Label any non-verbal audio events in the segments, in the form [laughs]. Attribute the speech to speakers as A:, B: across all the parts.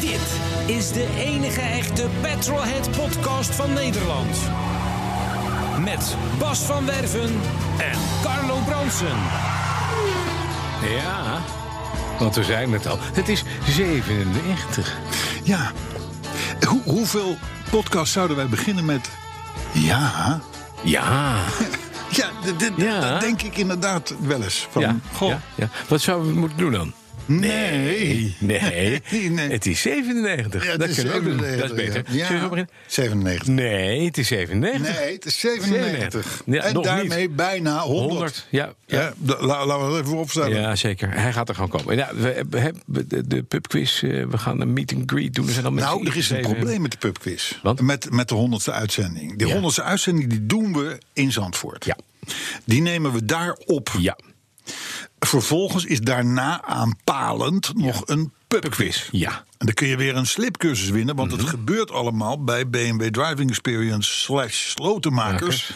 A: Dit is de enige echte Petrolhead podcast van Nederland. Met Bas van Werven en Carlo Bronsen.
B: Ja, want we zijn het al. Het is 97.
C: Ja. Hoe, hoeveel podcasts zouden wij beginnen met... Ja,
B: Ja.
C: ja, d- d- d-
B: Ja.
C: dat denk ik inderdaad wel eens. Van,
B: ja.
C: goh,
B: ja, ja. Wat zouden we moeten doen dan?
C: nee. [laughs]
B: Nee,
C: Nee.
B: het is 97.
C: Ja, het
B: dat
C: is
B: kunnen we ook doen. Dat is
C: 97,
B: beter.
C: ja.
B: Zullen we
C: Ja,
B: beginnen?
C: 97.
B: Nee, het is 97.
C: Nee, het is 97.
B: 97. Ja,
C: en
B: nog
C: daarmee
B: niet.
C: bijna 100.
B: 100. Ja, ja.
C: Ja, d- la- laten we het even opstellen.
B: Ja, zeker. Hij gaat er gewoon komen. Ja, we hebben- hebben de- de pubquiz. eh, We gaan een meet and greet doen. Er zijn al mensen
C: Nou, er is een
B: ingeschreven.
C: probleem met de pubquiz.
B: Want?
C: Met, met de honderdste uitzending. Die
B: Ja.
C: honderdste uitzending die doen we in Zandvoort.
B: Ja.
C: Die nemen we daar op.
B: Ja.
C: Vervolgens is daarna aanpalend nog een pubquiz.
B: Ja.
C: En dan kun je weer een slipcursus winnen, want
B: Mhm.
C: het gebeurt allemaal bij BMW Driving Experience slash slotenmakers.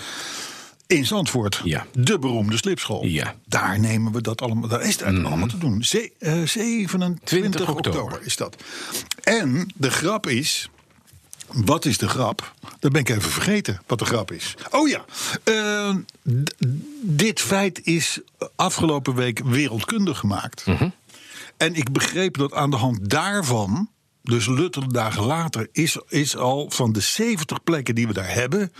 C: In Zandvoort,
B: Ja.
C: de beroemde slipschool.
B: Ja. Mhm.
C: Daar nemen we dat allemaal. Daar is het eigenlijk allemaal te doen. Ze, eh, 27
B: 20
C: oktober.
B: oktober
C: is dat. En de grap is. Wat is de grap? Dat ben ik even vergeten wat de grap is. Oh ja, eh, d- dit feit is afgelopen week wereldkundig gemaakt.
B: Mhm.
C: En ik begreep dat aan de hand daarvan, dus luttele dagen later, is, is al van de 70 plekken die we daar hebben,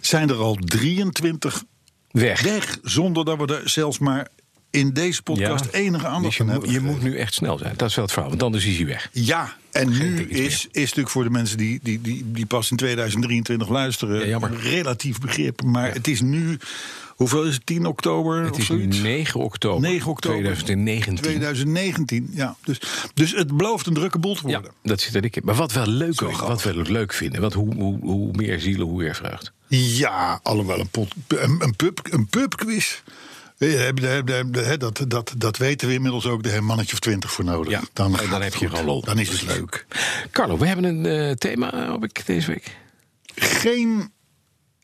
C: zijn er al 23
B: Weg.
C: weg. Zonder dat we er zelfs maar in deze podcast enige
B: Dus
C: aandacht
B: je
C: aan
B: moet,
C: hebben.
B: je moet
C: gegeven.
B: nu echt snel zijn. Dat is wel het verhaal. Want anders is hij weg.
C: Ja, en nu
B: tickets
C: is, is natuurlijk voor de mensen die, die, die, die pas in 2023
B: Ja,
C: luisteren,
B: jammer.
C: relatief begrip. Maar het is nu, hoeveel is het, 10 oktober
B: Het
C: of
B: is nu
C: zoiets?
B: 9 oktober,
C: 9 oktober
B: 2019.
C: 2019, ja. Dus, dus het belooft een drukke boel te
B: Ja,
C: worden.
B: dat zit er dik in. Maar wat wel leuk is, wat
C: grappig.
B: we leuk vinden. Want hoe, hoe, hoe meer zielen, hoe meer vreugd.
C: Ja, alhoewel een, pot, een, een, pub, een pubquiz. Eh, heb je- heb je- heb je- hè, Dat, dat, dat weten we inmiddels ook. Daar heb je een mannetje of twintig voor nodig.
B: Ja, Eh,
C: dan,
B: dan
C: gaat het
B: heb je
C: goed.
B: gewoon lol.
C: Dan is het
B: Precies.
C: leuk.
B: Carlo, we hebben een eh, thema, heb ik, deze week.
C: Geen.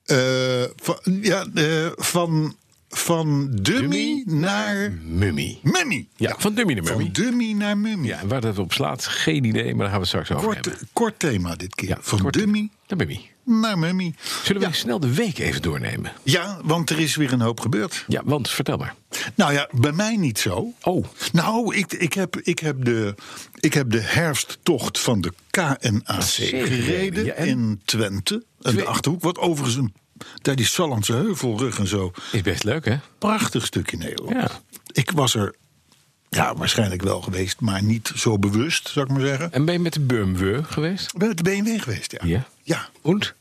C: eh, van, ja, eh, van, van dummy naar
B: Mummy.
C: mummy.
B: Ja, van dummy naar mummy.
C: Van dummy naar mummy.
B: Ja, en waar dat op slaat, geen idee, maar daar gaan we het straks over hebben.
C: Kort, kort thema dit keer.
B: Ja,
C: van
B: kort-
C: dummy
B: Naar mummy.
C: naar mummy.
B: Zullen we snel de week even doornemen?
C: Ja, want er is weer een hoop gebeurd.
B: Ja, want vertel maar.
C: Nou ja, bij mij niet zo.
B: Oh.
C: Nou, ik, ik, heb, ik, heb, de, ik heb de herfsttocht van de KNAC
B: Zeker.
C: gereden
B: Ja, en?
C: in Twente. En de
B: Twee-
C: Achterhoek. Wat overigens een, daar die Sallandse heuvelrug en zo.
B: Is best leuk, hè?
C: Prachtig stukje Nederland.
B: Ja.
C: Ik was er ja, waarschijnlijk wel geweest, maar niet zo bewust, zou ik maar zeggen.
B: En ben je met de Bumwe geweest?
C: Ik ben met de BMW geweest, ja.
B: Ja.
C: Ja,
B: Und?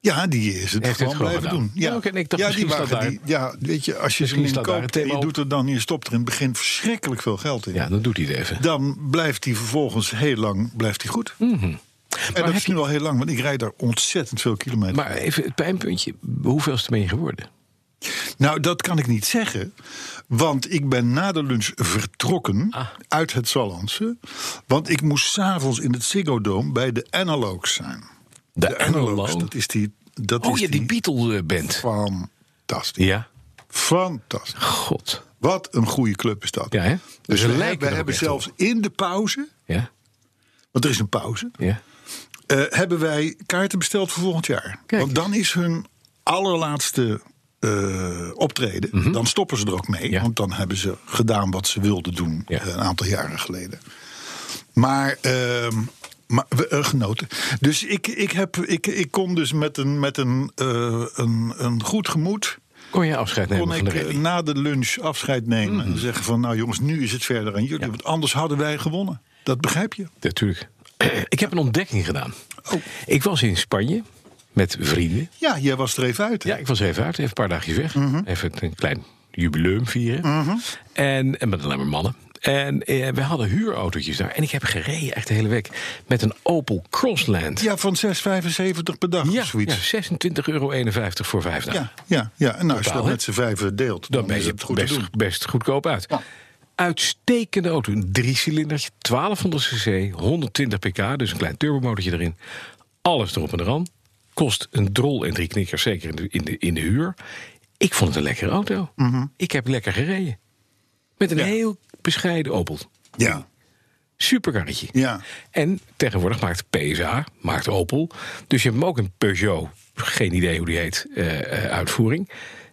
C: Ja, die is het
B: Heeft
C: gewoon
B: het gewoon
C: blijven
B: gedaan.
C: doen. Ja,
B: Ja, oké, en ik dacht,
C: ja
B: misschien staat daar-
C: die- ja, weet je, als je ze
B: Misschien
C: niet
B: staat daar het
C: koopt en
B: thema
C: je
B: op.
C: doet er dan, je stopt er in het begin verschrikkelijk veel geld in.
B: Ja, dan doet hij het even.
C: dan blijft hij vervolgens heel lang blijft hij goed. En dat
B: Mhm. heb
C: is nu al heel lang, want ik rijd daar ontzettend veel kilometer.
B: Maar even het pijnpuntje, hoeveelste ben je geworden?
C: nou, dat kan ik niet zeggen, want ik ben na de lunch vertrokken
B: Ah.
C: uit het Zallandse. Want ik moest s'avonds in het Ziggo Dome bij de Analogues zijn.
B: De
C: Analogues,
B: Analogue?
C: dat is die... Dat
B: Oh
C: is
B: ja, die Beatle-band.
C: Fantastisch.
B: Ja.
C: Fantastisch.
B: God.
C: Wat een goede club is dat.
B: Ja, hè?
C: Dus
B: Ze
C: we, hebben-
B: lijken er
C: we
B: ook
C: hebben
B: echt op.
C: zelfs in de pauze,
B: Ja.
C: want er is een pauze,
B: Ja.
C: eh, hebben wij kaarten besteld voor volgend jaar.
B: Kijk
C: Want dan is hun allerlaatste eh, optreden. Dan stoppen ze er ook mee,
B: Mhm. Ja.
C: want dan hebben ze gedaan wat ze wilden doen
B: Ja.
C: eh, een aantal jaren geleden. Maar, ehm, maar we, eh, genoten. Dus ik, ik, heb, ik, ik kon dus met een, met een, eh, een, een goed gemoed.
B: Kon je afscheid nemen
C: kon
B: van
C: ik
B: de
C: eh,
B: rally?
C: na de lunch afscheid nemen. En zeggen van, nou jongens, nu is het verder aan jullie.
B: Ja.
C: Want anders hadden wij gewonnen. Dat begrijp je.
B: Natuurlijk. [clears throat] Ik heb een ontdekking gedaan.
C: Oh.
B: Ik was in Spanje met vrienden.
C: Ja, Mhm. jij was er even uit. hè?
B: Ja, ik was even uit, even een paar dagjes weg. Even een klein jubileum vieren.
C: Mhm.
B: En, en met alleen maar mannen. En eh, we hadden huurautootjes daar. En ik heb gereden echt de hele week met een Opel Crossland.
C: Ja, van 6,75 per dag
B: ja,
C: of zoiets.
B: 26,51 euro voor vijf dagen.
C: Ja, ja, ja. En nou, als je dat
B: hè?
C: met z'n vijven deelt,
B: Dan
C: dan,
B: ben
C: is
B: je
C: het goed
B: best,
C: te doen.
B: best goedkoop uit.
C: Ja.
B: Uitstekende auto. Een driecilindertje, 1200 cc, 120 pk, dus een klein turbomotortje erin. Alles erop en eraan. Kost een drol en drie knikkers, zeker in de, in de, in de huur. Ik vond het een lekkere auto. Ik heb lekker gereden. Met een
C: Mhm. Ja.
B: heel bescheiden Opel.
C: Ja,
B: Superkarretje.
C: ja.
B: En tegenwoordig maakt PSA, maakt Opel. Dus je hebt hem ook een Peugeot, geen idee hoe die heet, eh, eh, uitvoering.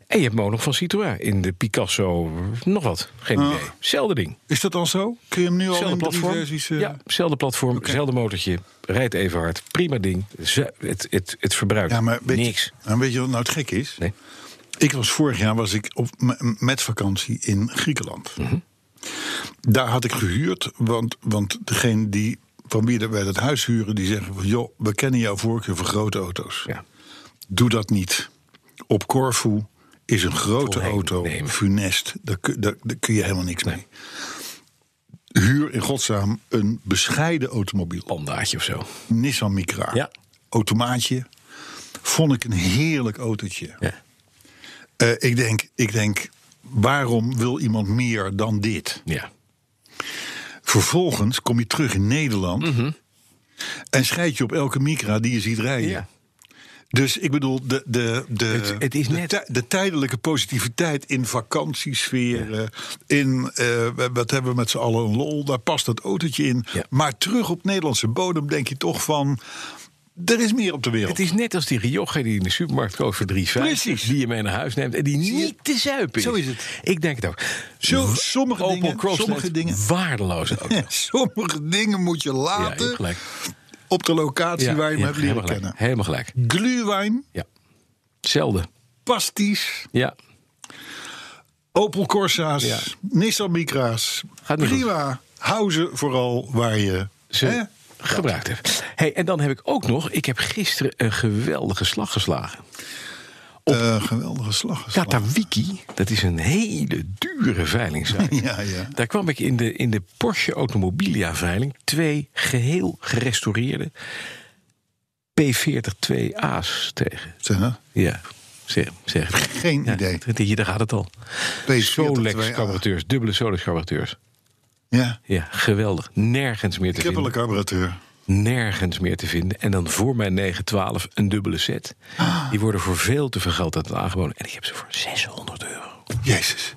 B: En je hebt hem ook nog van Citroën in de Picasso, nog wat, geen idee. Zelfde ding,
C: Is dat al zo? Kun je hem nu al
B: zelfde
C: in drie
B: platform.
C: versies... eh,
B: Ja, zelfde platform, zelfde motortje, rijdt even hard, prima ding. Ze- het, het, het verbruikt
C: ja, maar weet
B: niks.
C: Je, en weet je wat nou het gek is?
B: Nee.
C: Ik was vorig jaar was ik op, m- met vakantie in Griekenland.
B: Mhm.
C: Daar had ik gehuurd, want, want degene die van wie wij dat huis huren, die zeggen: van, joh, we kennen jouw voorkeur voor grote auto's.
B: Ja.
C: Doe dat niet. Op Corfu is een grote
B: Volheen
C: auto
B: nemen.
C: funest. Daar kun, daar, daar kun je helemaal niks mee. Huur in godsnaam een bescheiden automobiel.
B: Pandaatje of zo.
C: Nissan Micra.
B: Oh. Ja.
C: Automaatje. Vond ik een heerlijk autootje.
B: Ja.
C: Eh, ik, denk, ik denk, waarom wil iemand meer dan dit?
B: ja.
C: Vervolgens kom je terug in Nederland.
B: Mhm.
C: En scheid je op elke Micra die je ziet rijden.
B: Ja.
C: Dus ik bedoel, de, de, de,
B: Het- het is
C: de,
B: net-
C: tij- de tijdelijke positiviteit in vakantiesferen. In eh, wat hebben we met z'n allen een lol. Daar past dat autootje in.
B: Ja.
C: Maar terug op Nederlandse bodem denk je toch van. Er is meer op de wereld.
B: Het is net als die Rioja die je in de supermarkt koopt voor 3,50.
C: Precies.
B: Die je mee naar huis neemt en die niet te zuipen is.
C: Zo is het.
B: Ik denk het ook.
C: Zo,
B: W-
C: sommige
B: Opel
C: dingen-
B: Crossland,
C: sommige dingen- [laughs]
B: Waardeloze auto.
C: Sommige dingen moet je
B: Ja, je
C: laten
B: hebt gelijk.
C: op de locatie
B: Ja,
C: waar je
B: je
C: hem hebt
B: hebt
C: leren
B: helemaal gelijk.
C: kennen.
B: Helemaal gelijk.
C: Glühwein,
B: Ja. Zelden.
C: pasties,
B: Ja.
C: Opel Corsa's,
B: Ja.
C: Nissan Micra's.
B: Gaat niet
C: Prima. Hou ze vooral waar je...
B: Ze
C: hè?
B: gebruikt heeft. Hey, en dan heb ik ook nog... Ik heb gisteren een geweldige slag geslagen.
C: Eh, geweldige slag. geslagen.
B: Katawiki, dat is een hele dure
C: [laughs]
B: veilingzaak.
C: Ja, ja.
B: Daar kwam ik in de, in de Porsche Automobilia veiling twee geheel gerestaureerde P42-2A's tegen.
C: Zeg, hè?
B: Ja, zeg. zeg.
C: Geen
B: Ja,
C: idee.
B: Hier, daar gaat het al.
C: P42-2A.
B: Solex-carburateurs, dubbele Solex-carburateurs.
C: Ja.
B: Ja, geweldig. Nergens meer te
C: Ik heb al een
B: vinden.
C: carburateur.
B: Nergens meer te vinden. En dan voor mijn 912 een dubbele set.
C: Ah.
B: Die worden voor veel te veel geld uit aangeboden. En ik heb ze voor 600 euro.
C: Jezus.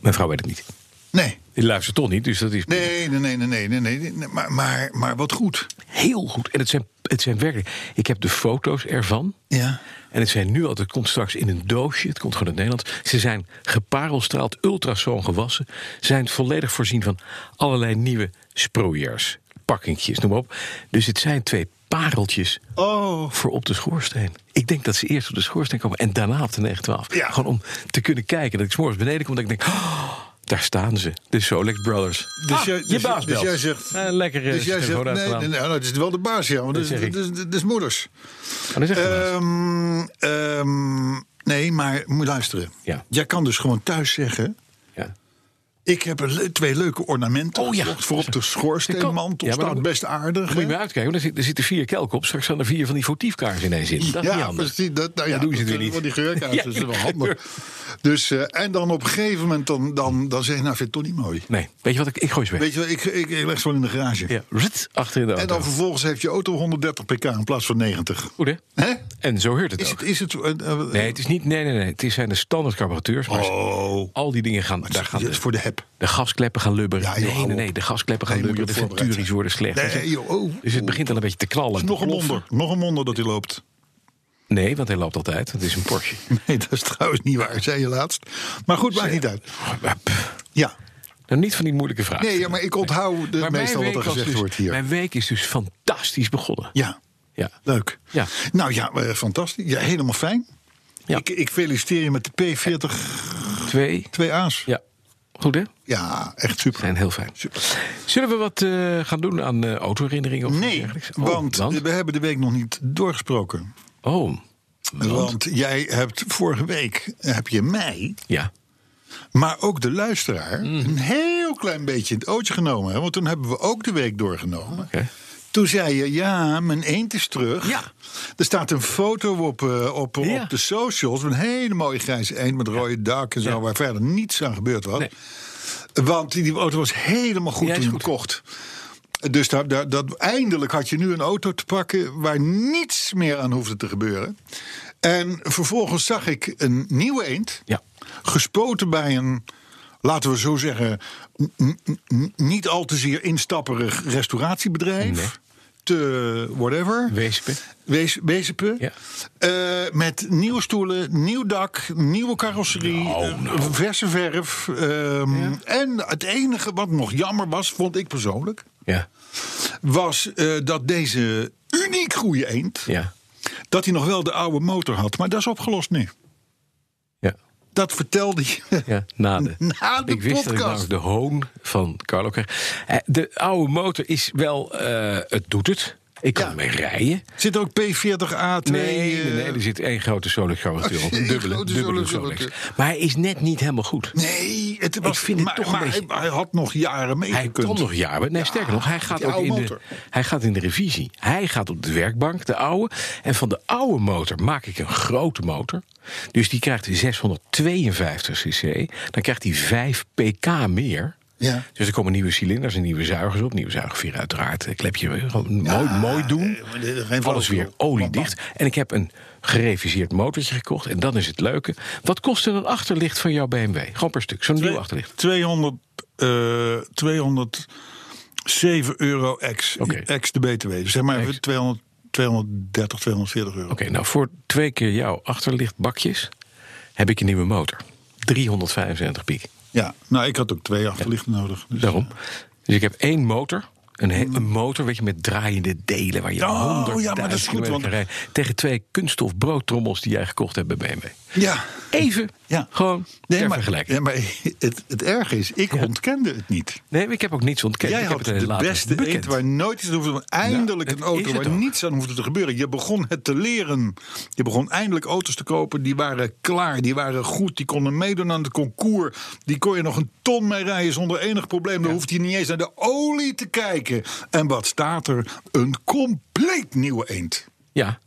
B: Mijn vrouw weet het niet.
C: Nee.
B: Die luistert toch niet, dus dat is
C: Nee, nee, nee, nee, nee, nee, nee, nee. Maar, maar, maar wat goed.
B: heel goed. En het zijn, het zijn werkelijk... Ik heb de foto's ervan.
C: Ja.
B: En het zijn nu altijd, het komt straks in een doosje. Het komt gewoon uit Nederland. Ze zijn geparelstraald, ultrasoon gewassen. Zijn volledig voorzien van allerlei nieuwe sproeiers. Pakkingjes, noem maar op. Dus het zijn twee pareltjes
C: Oh.
B: voor op de schoorsteen. Ik denk dat ze eerst op de schoorsteen komen en daarna op de 912.
C: Ja.
B: Gewoon om te kunnen kijken. Dat ik 's morgens beneden kom, dat ik denk... "Oh, daar staan ze, de Solex Brothers.
C: Dus
B: Ah,
C: jij-
B: je
C: dus-
B: baas
C: dus
B: belt.
C: jij zegt-
B: Eh, lekker
C: Dus jij zegt, nee, nee, nee, nou, dat is wel de baas, ja. Want dat is,
B: zeg ik.
C: dat is, dat is moeders.
B: dan zegt de baas.
C: Ehm, ehm, nee, maar moet je luisteren.
B: Ja.
C: Jij kan dus gewoon thuis zeggen...
B: Ja.
C: Ik heb een le- twee leuke ornamenten
B: Oh ja.
C: gekocht voor op de
B: Dat
C: schoorsteenmantel.
B: kan. Ja, maar
C: staat
B: dan-
C: best aardig.
B: Dan moet je
C: hè?
B: maar uitkijken, want er, zit- er zitten vier kelken op. Straks gaan er vier van die fotiefkaars ineens in. Dat is niet
C: ja,
B: handig.
C: precies. Dat, nou ja,
B: Dan doen ze
C: dat
B: het weer
C: kunnen
B: niet.
C: wel die geur uit,
B: [laughs] Ja,
C: dat is wel
B: die
C: handig. Dus, eh, en dan op een gegeven moment dan, dan, dan zeg je, nou vind je het toch niet mooi.
B: Nee, weet je wat? Ik, ik gooi ze weg.
C: Weet je wel, ik, ik, ik leg ze wel in de garage.
B: Ja, rut, achter in de auto.
C: En dan vervolgens heeft je auto 130 pk in plaats van 90.
B: Goed, hè?
C: Hè?
B: En zo heurt het
C: Is
B: ook.
C: het... Is het eh, eh,
B: Nee, het is niet... Nee, nee, nee. Het zijn de standaard carburateurs. Maar
C: Oh.
B: al die dingen gaan... Daar gaan
C: Dat is
B: de,
C: voor de heb.
B: de gaskleppen gaan lubberen.
C: Ja, joh,
B: nee,
C: hou
B: nee,
C: op.
B: nee. De gaskleppen gaan
C: Nee, moet je
B: lubberen. De
C: op voorbereid
B: venturies
C: zijn.
B: worden slecht.
C: Nee,
B: Dus het-
C: joh, oh.
B: Dus het begint al een beetje te knallen.
C: Nog een
B: Ploffen.
C: wonder. Nog een wonder dat hij loopt. [laughs]
B: Nee, want hij loopt altijd. Het is een Porsche.
C: Nee, dat is trouwens niet waar, zei je laatst. Maar goed, maakt niet uit.
B: Maar, pff,
C: Ja.
B: Nou, niet van die moeilijke vraag.
C: Nee, ja, maar ik onthoud de,
B: Maar mijn
C: meestal wat er
B: week was
C: gezegd
B: dus-
C: wordt hier.
B: Mijn week is dus fantastisch begonnen.
C: Ja,
B: Ja.
C: leuk.
B: Ja.
C: Nou ja, eh, fantastisch. Ja, helemaal fijn.
B: Ja.
C: Ik, ik feliciteer je met de P40
B: Twee.
C: 2A's. Ja,
B: Ja. Goed hè?
C: echt super.
B: Zijn heel fijn.
C: Super.
B: Zullen we wat eh, gaan doen aan eh autoherinneringen? Of iets
C: Nee,
B: dergelijks? Oh,
C: want we hebben de week nog niet doorgesproken.
B: Oh,
C: Want jij hebt vorige week, eh, heb je mij
B: ja.
C: Maar ook de luisteraar
B: Mm.
C: een heel klein beetje in het ootje genomen. Hè? Want toen hebben we ook de week doorgenomen.
B: Oké.
C: Toen zei je, ja, mijn eend is terug.
B: Ja.
C: Er staat een foto op, eh, op,
B: Ja.
C: op de socials. Een hele mooie grijze eend met rode dak en zo.
B: Ja.
C: Waar verder niets aan gebeurd was.
B: Nee.
C: Want die, die auto was helemaal goed
B: Ja,
C: toen
B: is
C: je hem
B: goed.
C: kocht. Dus daar, daar, dat, eindelijk had je nu een auto te pakken waar niets meer aan hoefde te gebeuren. En vervolgens zag ik een nieuwe eend.
B: Ja.
C: Gespoten bij een, laten we zo zeggen, n- n- n- niet al te zeer instapperig restauratiebedrijf. Te whatever.
B: Weespe.
C: Wees, Wezepen.
B: Ja.
C: Eh, met nieuwe stoelen, nieuw dak, nieuwe carrosserie,
B: Nou, nou.
C: eh, verse verf. ehm, En het enige wat nog jammer was, vond ik persoonlijk,
B: Ja.
C: was eh, dat deze uniek goede eend,
B: Ja.
C: dat hij nog wel de oude motor had. Maar dat is opgelost nu.
B: Ja.
C: Dat vertelde je.
B: Ja, na de,
C: [laughs] Na de
B: ik wist dat ik
C: podcast.
B: namelijk de hoon van Carlo kreeg. Eh, De oude motor is wel, eh, het doet het. Ik kan
C: Ja.
B: ermee rijden.
C: Zit er ook P40A2?
B: Nee, nee,
C: eh,
B: nee, er zit één grote Solex
C: [laughs]
B: garatuur op. Een
C: Eén
B: dubbele,
C: grote
B: dubbele
C: Solex
B: Solex.
C: garage.
B: Maar hij is net niet helemaal goed.
C: nee, het was,
B: vind het
C: maar,
B: toch een
C: maar
B: beetje-
C: hij, hij had nog jaren mee
B: Hij
C: gekund.
B: kan nog jaren. Nee, sterker nog, hij gaat,
C: die
B: ook
C: oude
B: in de,
C: motor.
B: hij gaat in de revisie. Hij gaat op de werkbank, de oude. En van de oude motor maak ik een grote motor. Dus die krijgt 652 cc. Dan krijgt hij 5 pk meer.
C: Ja.
B: Dus er komen nieuwe cilinders en nieuwe zuigers op. Nieuwe zuigveer uiteraard. Eh, Klepje eh, gewoon mooi, mooi doen.
C: eh, maar dit- geen
B: Alles
C: flauwekul.
B: weer
C: Bam, bam.
B: oliedicht. En ik heb een gereviseerd motortje gekocht. En dan is het leuke. Wat kost er een achterlicht van jouw BMW? Gewoon per stuk. Zo'n nieuw achterlicht.
C: 200, eh 207 euro ex,
B: Oké.
C: ex de BTW. Dus zeg maar
B: Ex.
C: even 200, 230, 240 euro.
B: Oké, nou voor twee keer jouw achterlichtbakjes heb ik een nieuwe motor. 375 piek.
C: Ja, nou ik had ook twee achterlichten nodig. Dus,
B: Daarom. Dus ik heb één motor. Een, he- een motor, weet je, met draaiende delen waar je
C: Oh, ja, maar dat is goed,
B: 100.000 kilometer
C: want-
B: kan rijden. Tegen twee kunststof broodtrommels die jij gekocht hebt bij BMW.
C: Ja.
B: Even,
C: Ja.
B: gewoon ter
C: maar,
B: vergelijking.
C: ja, maar [laughs] het, het erg is, ik ontkende het niet.
B: Nee, maar ik heb ook niets ontkend.
C: Jij
B: ik
C: had
B: heb het
C: de
B: later
C: beste
B: bekend.
C: eend waar nooit iets aan hoefde. Eindelijk
B: Nou,
C: een
B: dat is
C: auto
B: het
C: waar
B: ook.
C: niets aan hoefde te gebeuren. Je begon het te leren. Je begon eindelijk auto's te kopen. Die waren klaar, die waren goed. Die konden meedoen aan het concours. Die kon je nog een ton mee rijden zonder enig probleem. Dan hoefde je niet eens naar de olie te kijken. En wat staat er? Een compleet nieuwe eend.
B: Ja,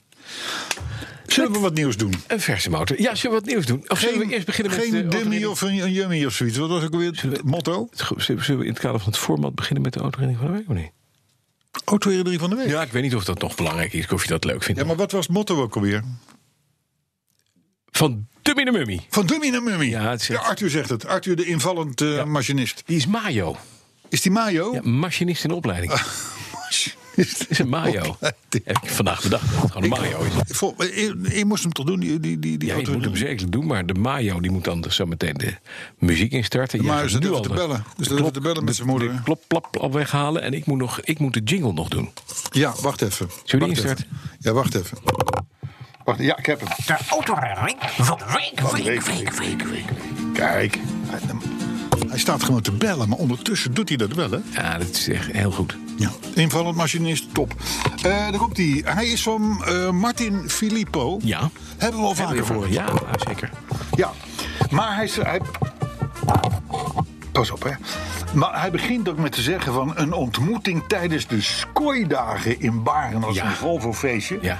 C: Zullen we wat nieuws doen?
B: een verse motor. Ja, zullen we wat nieuws doen? Of zullen we eerst beginnen met... eh,
C: geen
B: de
C: Dimmy
B: autoherinnering?
C: of een, een Yummy of zoiets. Wat was ook weer het motto?
B: Het go- Zullen we in het kader van het format beginnen met de autoherinnering van de week of niet?
C: Autoherinnering van de week.
B: Ja, ik weet niet of dat nog belangrijk is, of je dat leuk vindt.
C: Ja, maar wat was het motto ook alweer?
B: Van Dummy de Mummy.
C: Van Dummy naar Mummy.
B: Ja, het is echt-
C: Arthur zegt het. Arthur, de invallend eh, machinist.
B: Die is Mayo.
C: Is die Mayo? [laughs]
B: Ja, machinist in opleiding.
C: Ah,
B: Dat
C: Machinist.
B: is een Mayo. Heb ik vandaag bedacht. dat het Gewoon een Mayo is.
C: Vol- eh, Je, je moest hem toch doen, die, die, die, die
B: Ja, je
C: auto.
B: moet hem zeker doen, maar de Mayo die moet dan zo meteen de muziek instarten.
C: Maar
B: Jij
C: ze
B: gaat nu
C: durven
B: al
C: te
B: de-
C: bellen. Ze
B: de
C: durven
B: klok-
C: te bellen met
B: de-
C: zijn moeder.
B: de Klop, plap, plap weghalen. En ik moet, nog, ik moet de jingle nog doen.
C: Ja, wacht even.
B: die
C: Wacht
B: instarten?
C: even. Ja, wacht even. Wacht, ja, ik heb hem.
D: De autoherinnering van de week, week, week, week, week.
C: Kijk. Hij, hij staat gewoon te bellen, maar ondertussen doet hij dat wel, hè?
B: Ja, dat is echt heel goed.
C: Ja. Invallend machinist, top. Eh daar komt hij. Hij is van eh, Martin Filippo.
B: Ja.
C: Hebben we al vaker voor.
B: Ja, ah, zeker.
C: Ja, maar hij, ze- hij. Pas op, hè. Maar hij begint ook met te zeggen van een ontmoeting tijdens de Skooi-dagen in Baren. als
B: Ja.
C: een Volvo-feestje.
B: Ja.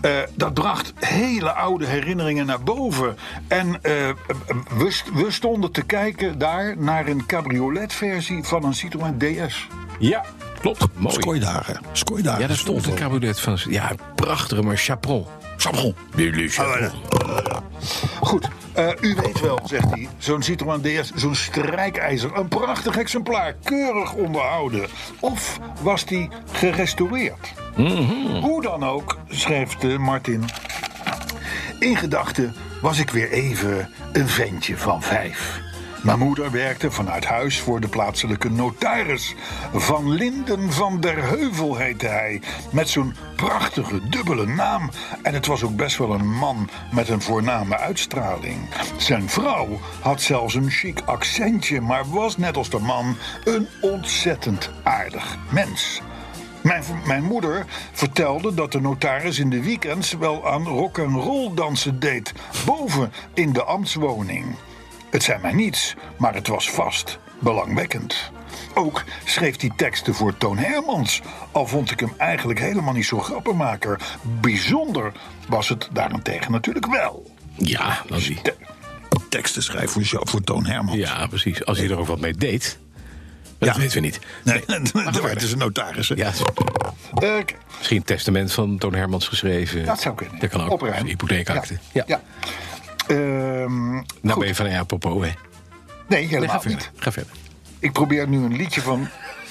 C: Eh, dat bracht hele oude herinneringen naar boven. En eh, we, st- we stonden te kijken daar naar een cabriolet-versie van een Citroën DS.
B: Ja, klopt. Mooi.
C: Skooidagen. Skooidagen.
B: Ja, daar stond een cabriolet van. Ja, een prachtige, maar chaperon.
C: Sabron.
B: Lulu chaperon.
C: Goed, eh, u weet wel, zegt hij, zo'n Citroën DS, zo'n strijkijzer. Een prachtig exemplaar, keurig onderhouden. Of was die gerestaureerd? Hoe dan ook, schrijft eh, Martin. In gedachten was ik weer even een ventje van vijf. Mijn moeder werkte vanuit huis voor de plaatselijke notaris. Van Linden van der Heuvel heette hij. Met zo'n prachtige dubbele naam. En het was ook best wel een man met een voorname uitstraling. Zijn vrouw had zelfs een chic accentje, maar was net als de man een ontzettend aardig mens. Mijn, mijn moeder vertelde dat de notaris in de weekends wel aan rock en roll dansen deed, boven in de ambtswoning. Het zei mij niets, maar het was vast belangwekkend. Ook schreef hij teksten voor Toon Hermans, al vond ik hem eigenlijk helemaal niet zo'n grappenmaker. Bijzonder was het daarentegen natuurlijk wel.
B: Ja, dan zie.
C: Te- teksten schrijven voor, Jo- voor Toon Hermans.
B: Ja, precies. Als hij er ook wat mee deed. Maar
C: Ja.
B: Dat weten we niet.
C: Nee, [laughs] dat werd dus een notaris. hè?
B: Ja, het is
C: Eh,
B: misschien een testament van Toon Hermans geschreven.
C: Dat zou kunnen.
B: Dat kan ook.
C: Opruim.
B: Een Hypotheekakte.
C: ja. ja. Ehm,
B: Nou ben je van, ja, apropos, hè.
C: nee,
B: ga
C: helemaal niet.
B: verder. Ga verder.
C: Ik probeer nu een liedje van. [laughs]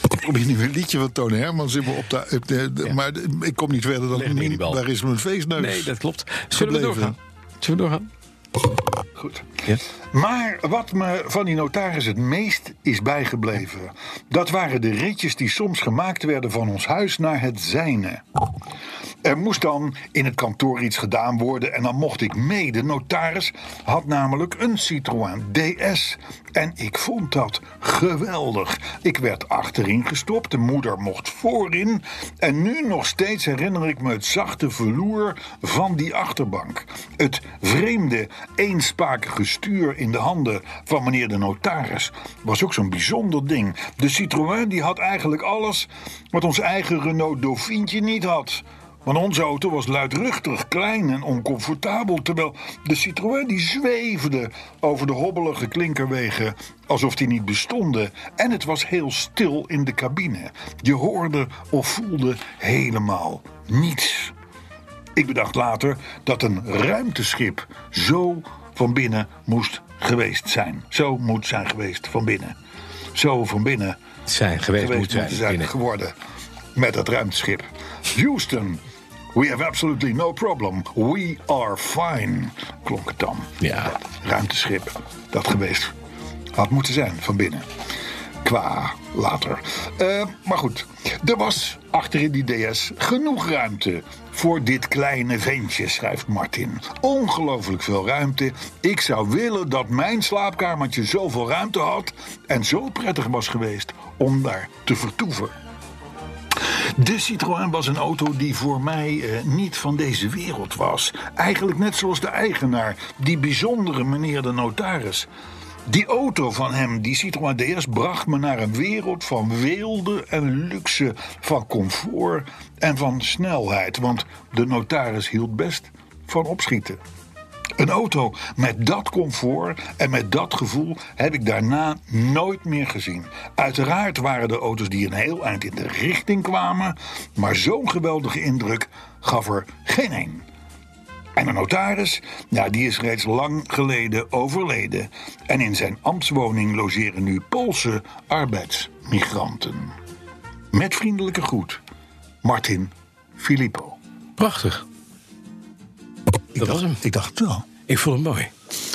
C: Ik probeer nu een liedje van Toon Hermans in me op te. op de- de- Maar de- ik kom niet verder dan.
B: Leg neer die bal.
C: Daar is mijn feestneus.
B: Nee, dat klopt. Zullen we
C: Gebleven.
B: doorgaan? Zullen we doorgaan?
C: Goed.
B: Ja.
C: Maar wat me van die notaris het meest is bijgebleven, dat waren de ritjes die soms gemaakt werden van ons huis naar het zijne. Er moest dan in het kantoor iets gedaan worden en dan mocht ik mee. De notaris had namelijk een Citroën DS en ik vond dat geweldig. Ik werd achterin gestopt, de moeder mocht voorin en nu nog steeds herinner ik me het zachte verloer van die achterbank. Het vreemde, eenspakige stuur in de handen van meneer de notaris was ook zo'n bijzonder ding. De Citroën die had eigenlijk alles wat ons eigen Renault Dauphintje niet had. Want onze auto was luidruchtig, klein en oncomfortabel, terwijl de Citroën die zweefde over de hobbelige klinkerwegen alsof die niet bestonden. En het was heel stil in de cabine. Je hoorde of voelde helemaal niets. Ik bedacht later dat een ruimteschip zo van binnen moest geweest zijn. Zo moet zijn geweest van binnen. Zo van binnen
B: Zijn geweest,
C: geweest
B: moet zijn.
C: moeten zijn
B: binnen.
C: geworden met dat ruimteschip. Houston, we have absolutely no problem. We are fine, klonk het dan.
B: Ja.
C: Ruimteschip dat geweest had moeten zijn van binnen. Qua later. Eh, maar goed, er was achterin die DS genoeg ruimte voor dit kleine ventje, schrijft Martin. Ongelooflijk veel ruimte. Ik zou willen dat mijn slaapkamertje zoveel ruimte had en zo prettig was geweest om daar te vertoeven. De Citroën was een auto die voor mij eh, niet van deze wereld was. Eigenlijk net zoals de eigenaar, die bijzondere meneer de notaris. Die auto van hem, die Citroën DS, bracht me naar een wereld van weelde en luxe, van comfort en van snelheid. Want de notaris hield best van opschieten. Een auto met dat comfort en met dat gevoel heb ik daarna nooit meer gezien. Uiteraard waren de auto's die een heel eind in de richting kwamen, maar zo'n geweldige indruk gaf er geen een. En de notaris, ja, die is reeds lang geleden overleden. En in zijn ambtswoning logeren nu Poolse arbeidsmigranten. Met vriendelijke groet, Martin Filippo.
B: Prachtig.
C: Ik
B: Dat was hem.
C: Ik dacht het wel.
B: Ik vond hem mooi.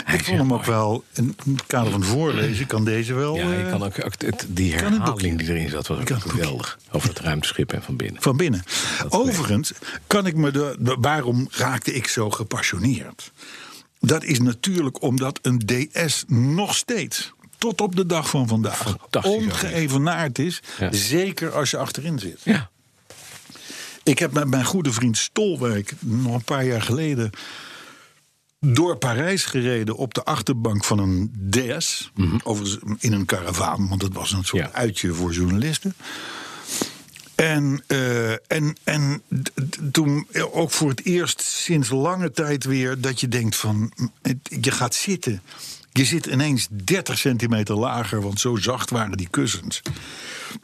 B: Hij
C: Ik vond hem ook wel, in het kader van het voorlezen, kan deze wel.
B: Ja, je
C: eh,
B: kan ook, ook het, die
C: kan het
B: herhaling
C: boekje.
B: die erin zat was ook
C: Kan het boekje.
B: geweldig. Over het ruimteschip en van binnen.
C: Van binnen. Overigens kan ik me de, de- Waarom raakte ik zo gepassioneerd? Dat is natuurlijk omdat een DS nog steeds. Tot op de dag van vandaag.
B: Fantastisch ook is.
C: Ongeëvenaard is.
B: Ja.
C: Zeker als je achterin zit.
B: Ja.
C: Ik heb met mijn goede vriend Stolwerk nog een paar jaar geleden door Parijs gereden op de achterbank van een DS. Overigens in een karavaan, want dat was een soort
B: Mhm. Ja.
C: uitje voor journalisten. En, eh, en, en d- d- toen eh, ook voor het eerst sinds lange tijd weer dat je denkt van m, het- je gaat zitten. Je zit ineens 30 centimeter lager, want zo zacht waren die kussens.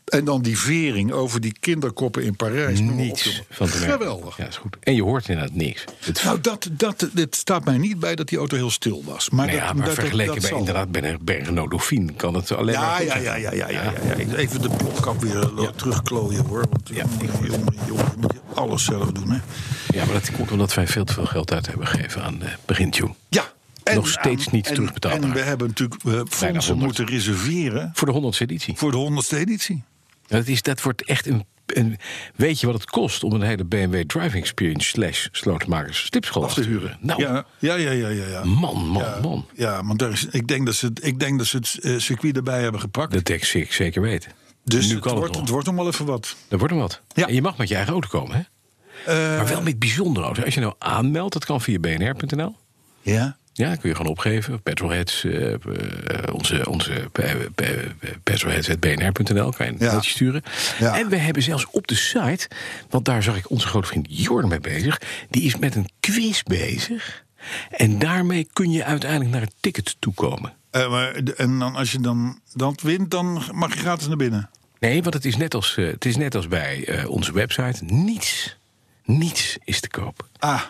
C: En dan die vering over die kinderkoppen in Parijs. Noem maar op,
B: Niets
C: jongen.
B: van te merken.
C: Geweldig.
B: Ja, is goed. En je hoort inderdaad niks. Het
C: Nou, dat, dat, het staat mij niet bij dat die auto heel stil was. Maar,
B: Nou
C: dat,
B: ja, maar
C: dat,
B: vergeleken
C: dat
B: bij
C: zal.
B: inderdaad bij Bergeno Dauphine kan het alleen maar
C: Ja
B: goed
C: ja,
B: zijn.
C: ja, ja, ja, ja, ja. Even de plopkap weer eh, terugklooien hoor. Want ja, jongen, jongen, je moet alles zelf doen hè.
B: Ja, maar dat komt omdat wij veel te veel geld uit hebben gegeven aan eh begintune.
C: Ja.
B: Nog steeds niet
C: en-
B: terugbetaalbaar.
C: En we hebben natuurlijk eh, fondsen
B: 100.
C: moeten reserveren
B: Voor de 100 editie.
C: voor de honderdste editie.
B: Dat, is, dat wordt echt een, een- Weet je wat het kost om een hele BMW Driving Experience slash slotenmakers stipschool af te huren? Nou,
C: Ja, ja, ja, ja, ja. ja.
B: man, man, man.
C: Ja, want daar is, ik, denk dat ze, het- ik denk dat ze het eh, circuit erbij hebben gepakt.
B: Dat denk ik zeker weten.
C: dus
B: nu
C: het,
B: kan
C: wordt,
B: het
C: het
B: nog.
C: wordt nog wel even wat.
B: Dat wordt hem wat.
C: Ja.
B: En je mag met je eigen auto komen, hè?
C: Eh,
B: Maar wel met bijzondere auto's. Als je nou aanmeldt, dat kan via bnr.nl.
C: ja.
B: Ja, kun je gewoon opgeven. Petrolheads, eh, eh, onze, onze eh, eh, petrolheads.bnr.nl, kan je een
C: Ja.
B: mailtje sturen.
C: Ja.
B: En we hebben zelfs op de site, want daar zag ik onze grote vriend Jorn mee bezig. Die is met een quiz bezig. En daarmee kun je uiteindelijk naar het ticket toekomen.
C: Eh, maar, de- en dan, als je dan dat wint, dan mag je gratis naar binnen.
B: Nee, want het is net als, eh, het is net als bij eh, onze website. Niets, niets is te koop.
C: Ah,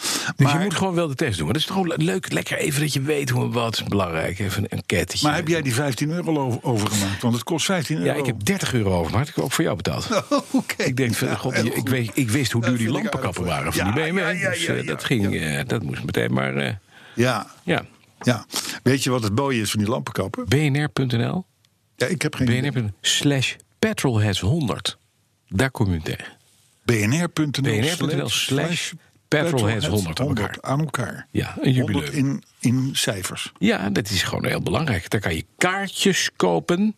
B: Dus
C: Maar-
B: je moet gewoon wel de test doen. Maar dat is toch gewoon le- leuk, lekker even dat je weet hoe en wat is belangrijk. Even een enquête.
C: maar heb jij die 15 euro over- overgemaakt? Want het kost 15 euro.
B: Ja, ik heb 30 euro over, maar ik heb ook voor jou
C: [laughs]
B: betaald.
C: Oké.
B: Ik denk, van, god,
C: heel
B: ik,
C: goed.
B: weet, ik wist hoe
C: Dat
B: duur die
C: vind ik
B: lampenkappen
C: aardig.
B: waren van
C: Ja,
B: die BMW.
C: ja, ja,
B: dus
C: ja,
B: eh,
C: ja,
B: dat, ging, eh, dat moest meteen maar... eh,
C: Ja,
B: ja,
C: ja. Weet je wat het mooie is van die lampenkappen?
B: bnr.nl,
C: Ja, ik heb geen idee.
B: bnr.nl slash petrolheads100. Daar kom je tegen.
C: BNR.nl
B: BNR.nl slash petrolheads 100 aan elkaar.
C: aan elkaar.
B: Ja,
C: 100
B: een jubileum.
C: in, in cijfers.
B: Ja, dat is gewoon heel belangrijk. Daar kan je kaartjes kopen.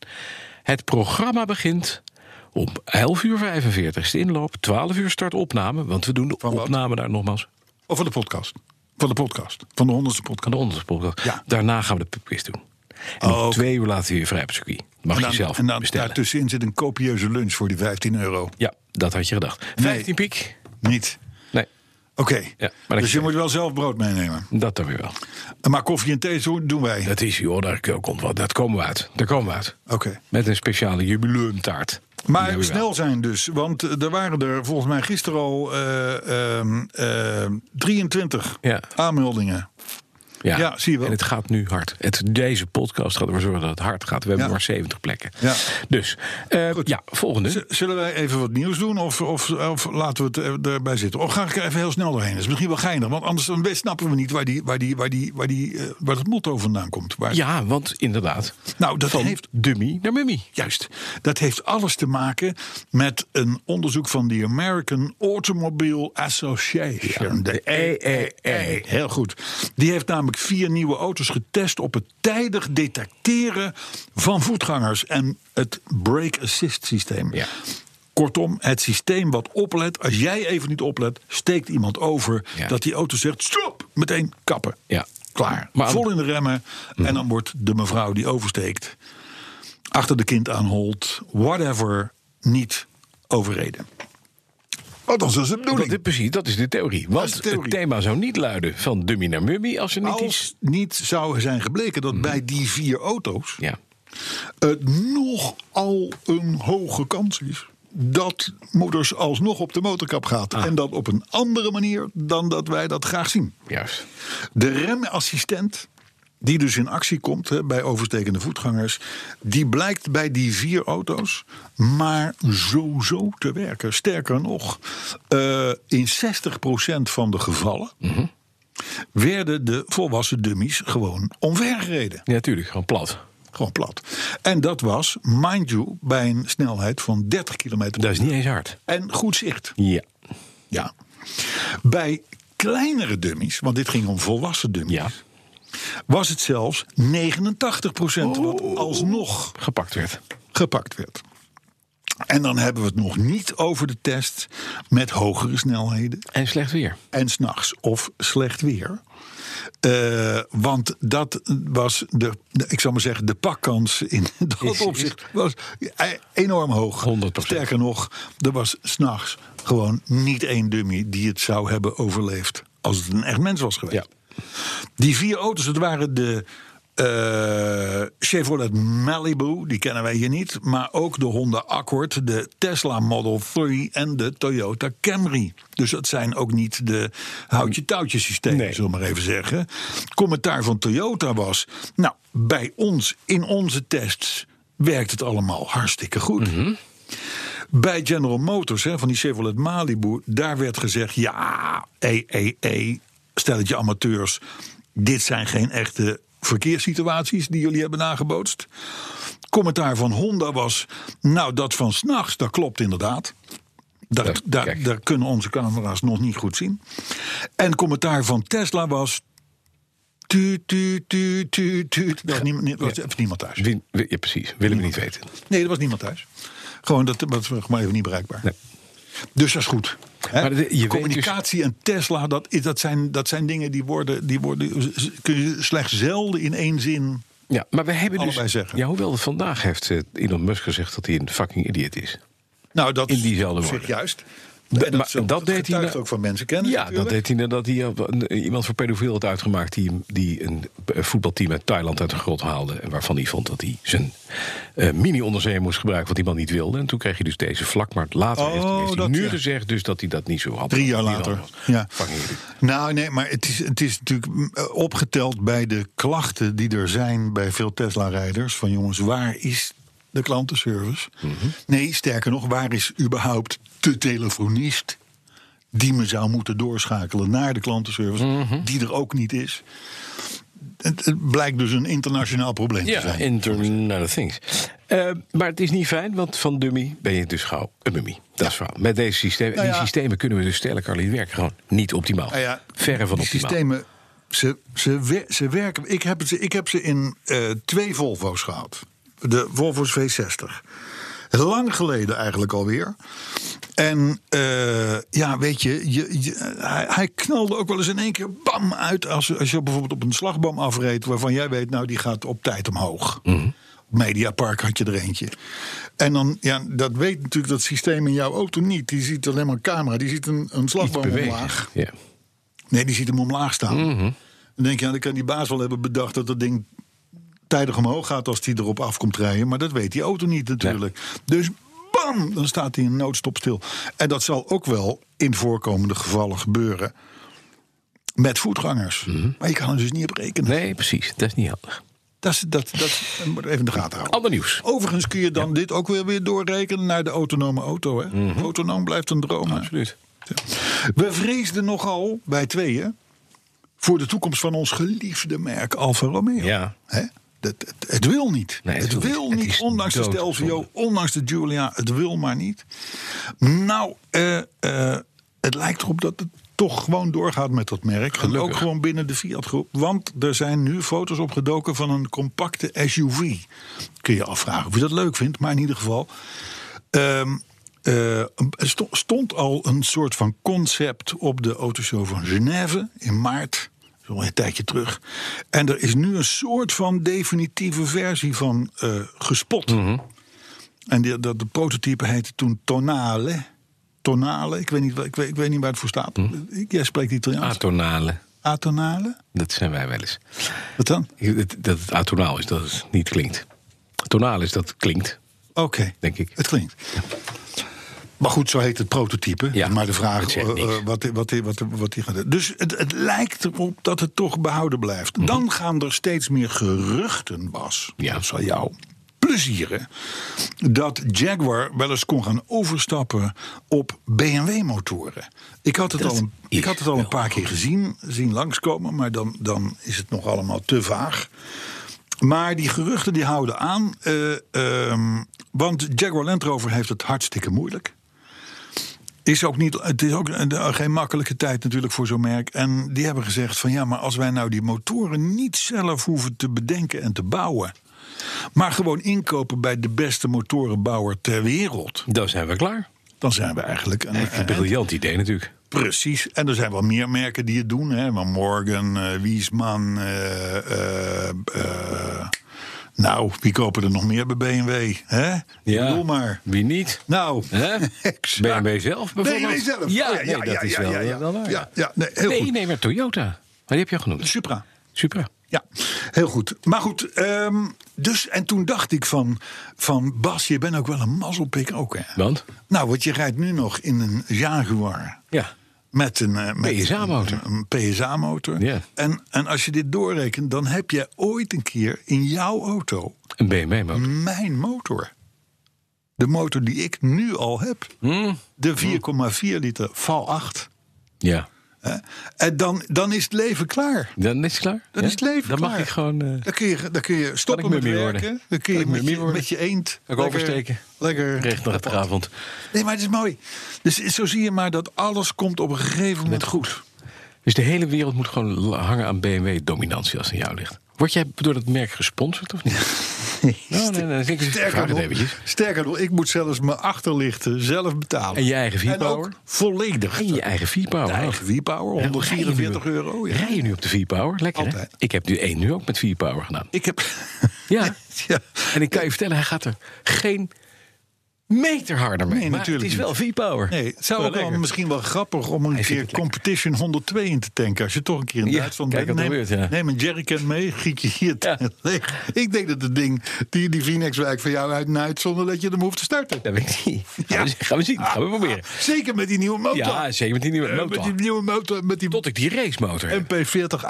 B: Het programma begint om 11 uur 45 is de inloop. 12 uur start opname, want we doen de
C: Van wat?
B: opname daar nogmaals
C: Of van de podcast. Van de podcast. Van de honderdste
B: aan
C: podcast.
B: de onderste podcast.
C: Ja.
B: Daarna gaan we de pubquiz doen. En nog
C: Oh, oké.
B: twee uur later weer vrij op circuit. Mag
C: en dan,
B: je zelf
C: en dan
B: bestellen.
C: daartussenin zit een copieuze lunch voor die 15 euro.
B: Ja, dat had je gedacht. 15 piek?
C: Niet.
B: Nee,
C: Oké.
B: maar dat
C: dus
B: is-
C: je moet wel zelf brood meenemen.
B: dat dan weer wel.
C: Maar koffie en thee zo doen wij.
B: Dat is joh, daar komt wat. Dat komen we uit. Daar komen we uit.
C: Oké.
B: Met een speciale jubileumtaart.
C: Maar
B: Ja, wel.
C: snel zijn dus, want eh, er waren er volgens mij gisteren al eh, ehm, ehm, 23
B: Ja.
C: aanmeldingen.
B: Ja,
C: Ja, zie je wel.
B: En het gaat nu hard. Het, deze podcast gaat ervoor zorgen dat het hard gaat. We hebben
C: Ja.
B: maar 70 plekken.
C: Ja.
B: Dus, eh, ja, volgende.
C: Z- zullen wij even wat nieuws doen of, of, of laten we het eh, erbij zitten? Of ga ik er even heel snel doorheen? Dat is misschien wel geinig, want anders dan we- snappen we niet waar, die, waar, die, waar, die, waar, die, eh, waar het motto vandaan komt. Waar,
B: ja, want inderdaad.
C: Nou, dat
B: van
C: heeft-
B: dummy naar mummy.
C: Juist. Dat heeft alles te maken met een onderzoek van de American Automobile Association. de AAA. Heel goed. Die heeft namelijk vier nieuwe auto's getest op het tijdig detecteren van voetgangers en het brake assist systeem.
B: Ja.
C: Kortom, het systeem wat oplet, als jij even niet oplet, steekt iemand over
B: Ja.
C: dat die auto zegt stop, meteen kappen.
B: Ja.
C: Klaar.
B: Maar- Mhm.
C: Vol in de remmen. En dan wordt de mevrouw die oversteekt achter de kind aanholt, whatever, niet overreden. Althans, dat is de
B: Dat,
C: bedoeling.
B: is precies, dat is de theorie.
C: Dat
B: Want
C: is de theorie.
B: het thema zou niet luiden van dummy naar mummy als er niet iets...
C: Als niet zou zijn gebleken dat bij die vier auto's
B: Ja.
C: het nogal een hoge kans is dat moeders alsnog op de motorkap gaat.
B: Ah.
C: En dat op een andere manier dan dat wij dat graag zien.
B: Juist.
C: De remassistent, die dus in actie komt hè, bij overstekende voetgangers, die blijkt bij die vier auto's maar zo zo te werken. Sterker nog, eh, in 60% van de gevallen werden de volwassen dummies gewoon omvergereden.
B: Ja, natuurlijk. Gewoon plat.
C: Gewoon plat. En dat was, mind you, bij een snelheid van 30 kilometer
B: Dat is niet eens hard.
C: en goed zicht.
B: Ja.
C: Ja. Bij kleinere dummies, want dit ging om volwassen dummies
B: Ja.
C: was het zelfs 89
B: Oh.
C: wat alsnog
B: Gepakt werd.
C: gepakt werd. En dan hebben we het nog niet over de test met hogere snelheden
B: En slecht weer.
C: en s'nachts of slecht weer. Eh, want dat was de, de- ik zal maar zeggen, de pakkans in [laughs]
B: Is- is-
C: dat opzicht was e- enorm hoog.
B: 100%.
C: Sterker nog, er was s'nachts gewoon niet één dummy die het zou hebben overleefd als het een echt mens was geweest. Die vier auto's, dat waren de eh, Chevrolet Malibu, die kennen wij hier niet. Maar ook de Honda Accord, de Tesla Model 3 en de Toyota Camry. Dus dat zijn ook niet de houtje-touwtje systemen,
B: Nee.
C: zullen we maar even zeggen. Commentaar van Toyota was, nou, bij ons, in onze tests, werkt het allemaal hartstikke goed. Bij General Motors, hè, van die Chevrolet Malibu, daar werd gezegd: ja, e, e, e, stelletje amateurs, dit zijn geen echte verkeerssituaties die jullie hebben nagebootst. Commentaar van Honda was: nou, dat van s'nachts, dat klopt inderdaad. Dat,
B: Ja,
C: daar,
B: kijk.
C: daar kunnen onze camera's nog niet goed zien. En commentaar van Tesla was. Tuut, tuut, tuut, tuut, tuut. Er was niemand- er was even niemand thuis.
B: Win- wi- ja, precies. Willen we niet weten.
C: Nee, er was niemand thuis. Gewoon, dat, dat was gewoon even niet bereikbaar.
B: Nee.
C: Dus dat is goed. Hè?
B: Maar de- je weet
C: Communicatie en Tesla, dat, is- dat, zijn, dat zijn dingen die worden, die worden z- kun je slechts zelden in één zin.
B: Ja, maar we hebben
C: Allebei
B: dus...
C: zeggen.
B: Ja, hoewel vandaag heeft eh, Elon Musk gezegd dat hij een fucking idiot is.
C: Nou, dat
B: In diezelfde
C: is op zich
B: woorden.
C: juist.
B: De-
C: En
B: maar
C: zo-
B: dat deed hij
C: getuigt
B: nou-
C: ook van mensenkennis.
B: Ja,
C: natuurlijk.
B: dat deed hij nadat hij eh, een- iemand voor pedofiel had uitgemaakt... die, hem- die een b- een voetbalteam uit Thailand uit de grot haalde... en waarvan hij vond dat hij zijn eh, mini-onderzeeër moest gebruiken... wat die man niet wilde. En toen kreeg hij dus deze vlak. Maar later heeft, hij-
C: Oh,
B: heeft hij
C: dat,
B: nu
C: ja.
B: gezegd dus dat hij dat niet zo had.
C: Drie
B: Dat
C: jaar
B: hij dan
C: later.
B: was.
C: Ja.
B: Fucking idiot.
C: Nou, nee, maar het is, het is natuurlijk mm, eh, opgeteld bij de klachten die er zijn bij veel Tesla-rijders. Van jongens, waar is de klantenservice? Nee, sterker nog, waar is überhaupt de telefonist die me zou moeten doorschakelen naar de klantenservice, die er ook niet is? Het, het blijkt dus een internationaal probleem te
B: Ja,
C: zijn.
B: internal things. Eh, maar het is niet fijn, want van dummy ben je dus gauw een mummie. Dat is het verhaal. Met deze systemen,
C: Nou
B: die
C: ja.
B: systemen kunnen we dus stellen, Carly, die werken gewoon niet optimaal.
C: Nou ja,
B: Verre van
C: die
B: optimaal.
C: systemen, ze, ze, wer- ze werken. Ik heb ze, ik heb ze in eh, twee Volvo's gehad. De Volvo's V60. Lang geleden eigenlijk alweer. En eh, ja, weet je, je, je- hij, hij knalde ook wel eens in één keer bam uit. Als, als je bijvoorbeeld op een slagboom afreed waarvan jij weet, nou die gaat op tijd omhoog.
B: Mhm.
C: Op Mediapark had je er eentje. En dan, ja, dat weet natuurlijk dat systeem in jouw auto niet. Die ziet alleen maar een camera, die ziet een, een
B: Iets
C: slagboom
B: bewegen.
C: omlaag.
B: Ja.
C: Nee, die ziet hem omlaag staan.
B: Mhm.
C: Dan denk je, ja, dan kan die baas wel hebben bedacht dat dat ding tijdig omhoog gaat als die erop af komt rijden. Maar dat weet die auto niet natuurlijk. Dus bam, dan staat hij in noodstop stil. En dat zal ook wel in voorkomende gevallen gebeuren met voetgangers. Maar je kan er dus niet op rekenen.
B: Mhm. Nee, precies. Dat is niet handig.
C: Dat, is- dat, dat dat moet je even in de gaten houden.
B: Ander nieuws.
C: Overigens kun je dan dit ook weer, weer doorrekenen naar de autonome auto. Hè? Autonoom blijft een droom. hè?
B: Mhm. Absoluut.
C: We vreesden nogal, wij tweeën, voor de toekomst van ons geliefde merk Alfa Romeo.
B: Ja.
C: Hè? Dat, het, het wil niet.
B: Nee,
C: het, wil niet,
B: is
C: ondanks de
B: doodzonde.
C: Stelvio, ondanks de Giulia. Het wil maar niet. Nou, eh, eh, het lijkt erop dat het toch gewoon doorgaat met dat merk. En ook gewoon binnen de Fiat-groep. Want er zijn nu foto's opgedoken van een compacte SUV. Kun je afvragen of je dat leuk vindt, maar in ieder geval... Ehm, eh, er sto- stond al een soort van concept op de autoshow van Genève in maart. Dat is al een tijdje terug. En er is nu een soort van definitieve versie van eh, gespot. En die, dat, de prototype heette toen Tonale. Tonale, ik weet niet, wa- ik weet, ik weet niet waar het voor staat. Ik- Jij spreekt Italiaans.
B: Atonale.
C: Atonale?
B: Dat zijn wij wel eens.
C: Wat dan?
B: Dat, dat het atonaal is, dat het niet klinkt. Tonaal is dat het klinkt,
C: Oké.
B: denk ik.
C: Het klinkt. Maar goed, zo heet het prototype.
B: Ja,
C: maar de
B: het
C: vraag
B: zegt
C: eh,
B: niks.
C: eh, wat, wat, wat, wat die gaat doen. Dus het, het lijkt erop dat het toch behouden blijft. Dan gaan er steeds meer geruchten, Bas.
B: Mhm. Ja.
C: Dat zal jou plezieren. Dat Jaguar wel eens kon gaan overstappen op BMW-motoren. Ik had het al, een, ik had het al een paar keer gezien, zien langskomen. Maar dan, dan is het nog allemaal te vaag. Maar die geruchten die houden aan. eh, ehm, want Jaguar Land Rover heeft het hartstikke moeilijk. Is ook niet, het is ook een- geen makkelijke tijd natuurlijk voor zo'n merk. En die hebben gezegd van ja, maar als wij nou die motoren niet zelf hoeven te bedenken en te bouwen. Maar gewoon inkopen bij de beste motorenbouwer ter wereld.
B: Dan zijn we klaar.
C: Dan zijn we eigenlijk een,
B: Een
C: een-
B: briljant idee natuurlijk.
C: Precies. En er zijn wel meer merken die het doen. Hè? Maar Morgan, eh, Wiesman. eh, eh, eh, nou, wie kopen er nog meer bij BMW? Hè? Ik bedoel maar.
B: Wie niet?
C: Nou, [laughs]
B: Hè?
C: exact.
B: BMW zelf bijvoorbeeld?
C: BMW zelf.
B: Ja,
C: Oh
B: nee, dat is wel,
C: ja,
B: eh, wel waar.
C: Ja, ja, nee, heel
B: nee,
C: goed.
B: nee, maar Toyota. Maar die heb je al genoemd.
C: Supra.
B: Supra.
C: Ja, heel goed. Maar goed, ehm, dus en toen dacht ik van, van Bas, je bent ook wel een mazzelpik ook hè.
B: Want?
C: Nou, want je rijdt nu nog in een Jaguar.
B: Ja.
C: Met een, eh, met
B: PSA-motor.
C: een- Een, PSA-motor.
B: Ja.
C: En, en als je dit doorrekent, dan heb jij ooit een keer in jouw auto
B: Een BMW motor.
C: mijn motor. De motor die ik nu al heb.
B: Hmm?
C: De 4,4 liter VAL8.
B: Ja.
C: hè. En dan, dan is het leven klaar.
B: Dan is het klaar?
C: Dan
B: Ja?
C: is het leven
B: Dan mag
C: klaar.
B: ik gewoon... eh,
C: Dan kun je, dan kun je stoppen
B: Kan ik
C: met
B: mummie
C: werken.
B: worden?
C: Dan kun
B: Kan
C: je
B: ik
C: met
B: mummie
C: je,
B: worden?
C: met je eend...
B: Kan ik
C: lekker-
B: oversteken?
C: Lekker...
B: Recht naar het
C: apart.
B: avond.
C: Nee, maar het is mooi. Dus zo zie je maar dat alles komt op een gegeven moment goed.
B: Dus de hele wereld moet gewoon la- hangen aan BMW-dominantie als het aan jou ligt. Word jij door dat merk gesponsord of niet? Nou, nee, nee, ik vraag
C: Sterker
B: het
C: nog,
B: eventjes.
C: sterker nog, ik moet zelfs mijn achterlichten zelf betalen.
B: En je eigen
C: En ook
B: V-Power?
C: volledig.
B: En je eigen V-Power.
C: De eigen V-Power, 144
B: Rij je nu-
C: euro. Ja.
B: Rij je nu op de V-Power? Lekker, hè?
C: Altijd.
B: Ik heb nu één nu ook met V-Power gedaan.
C: [laughs] Ik heb...
B: Ja.
C: ja.
B: En ik kan je vertellen, hij gaat er geen meter harder mee.
C: Nee,
B: maar
C: natuurlijk
B: het is wel
C: niet.
B: V-Power.
C: Nee, het zou
B: Wel
C: ook wel
B: lekker.
C: misschien wel grappig om een
B: Hij vindt
C: keer
B: het lekker.
C: Competition 102 in te tanken. Als je toch een keer in
B: Ja,
C: Duitsland
B: kijk
C: bent,
B: wat
C: neem,
B: er gebeurt, ja.
C: neem een jerrycan mee, giet je hier
B: [laughs] Ja.
C: [laughs] leeg. Ik denk dat het ding die, die Phoenixwijk van jou uitnuit zonder dat je hem hoeft te starten.
B: Dat weet ik niet. Gaan,
C: Ja.
B: we, gaan we zien, gaan we proberen.
C: Zeker met die nieuwe motor.
B: Ja, zeker met die nieuwe
C: Eh,
B: motor.
C: Met die nieuwe motor, met die
B: Tot ik die racemotor heb.
C: MP40A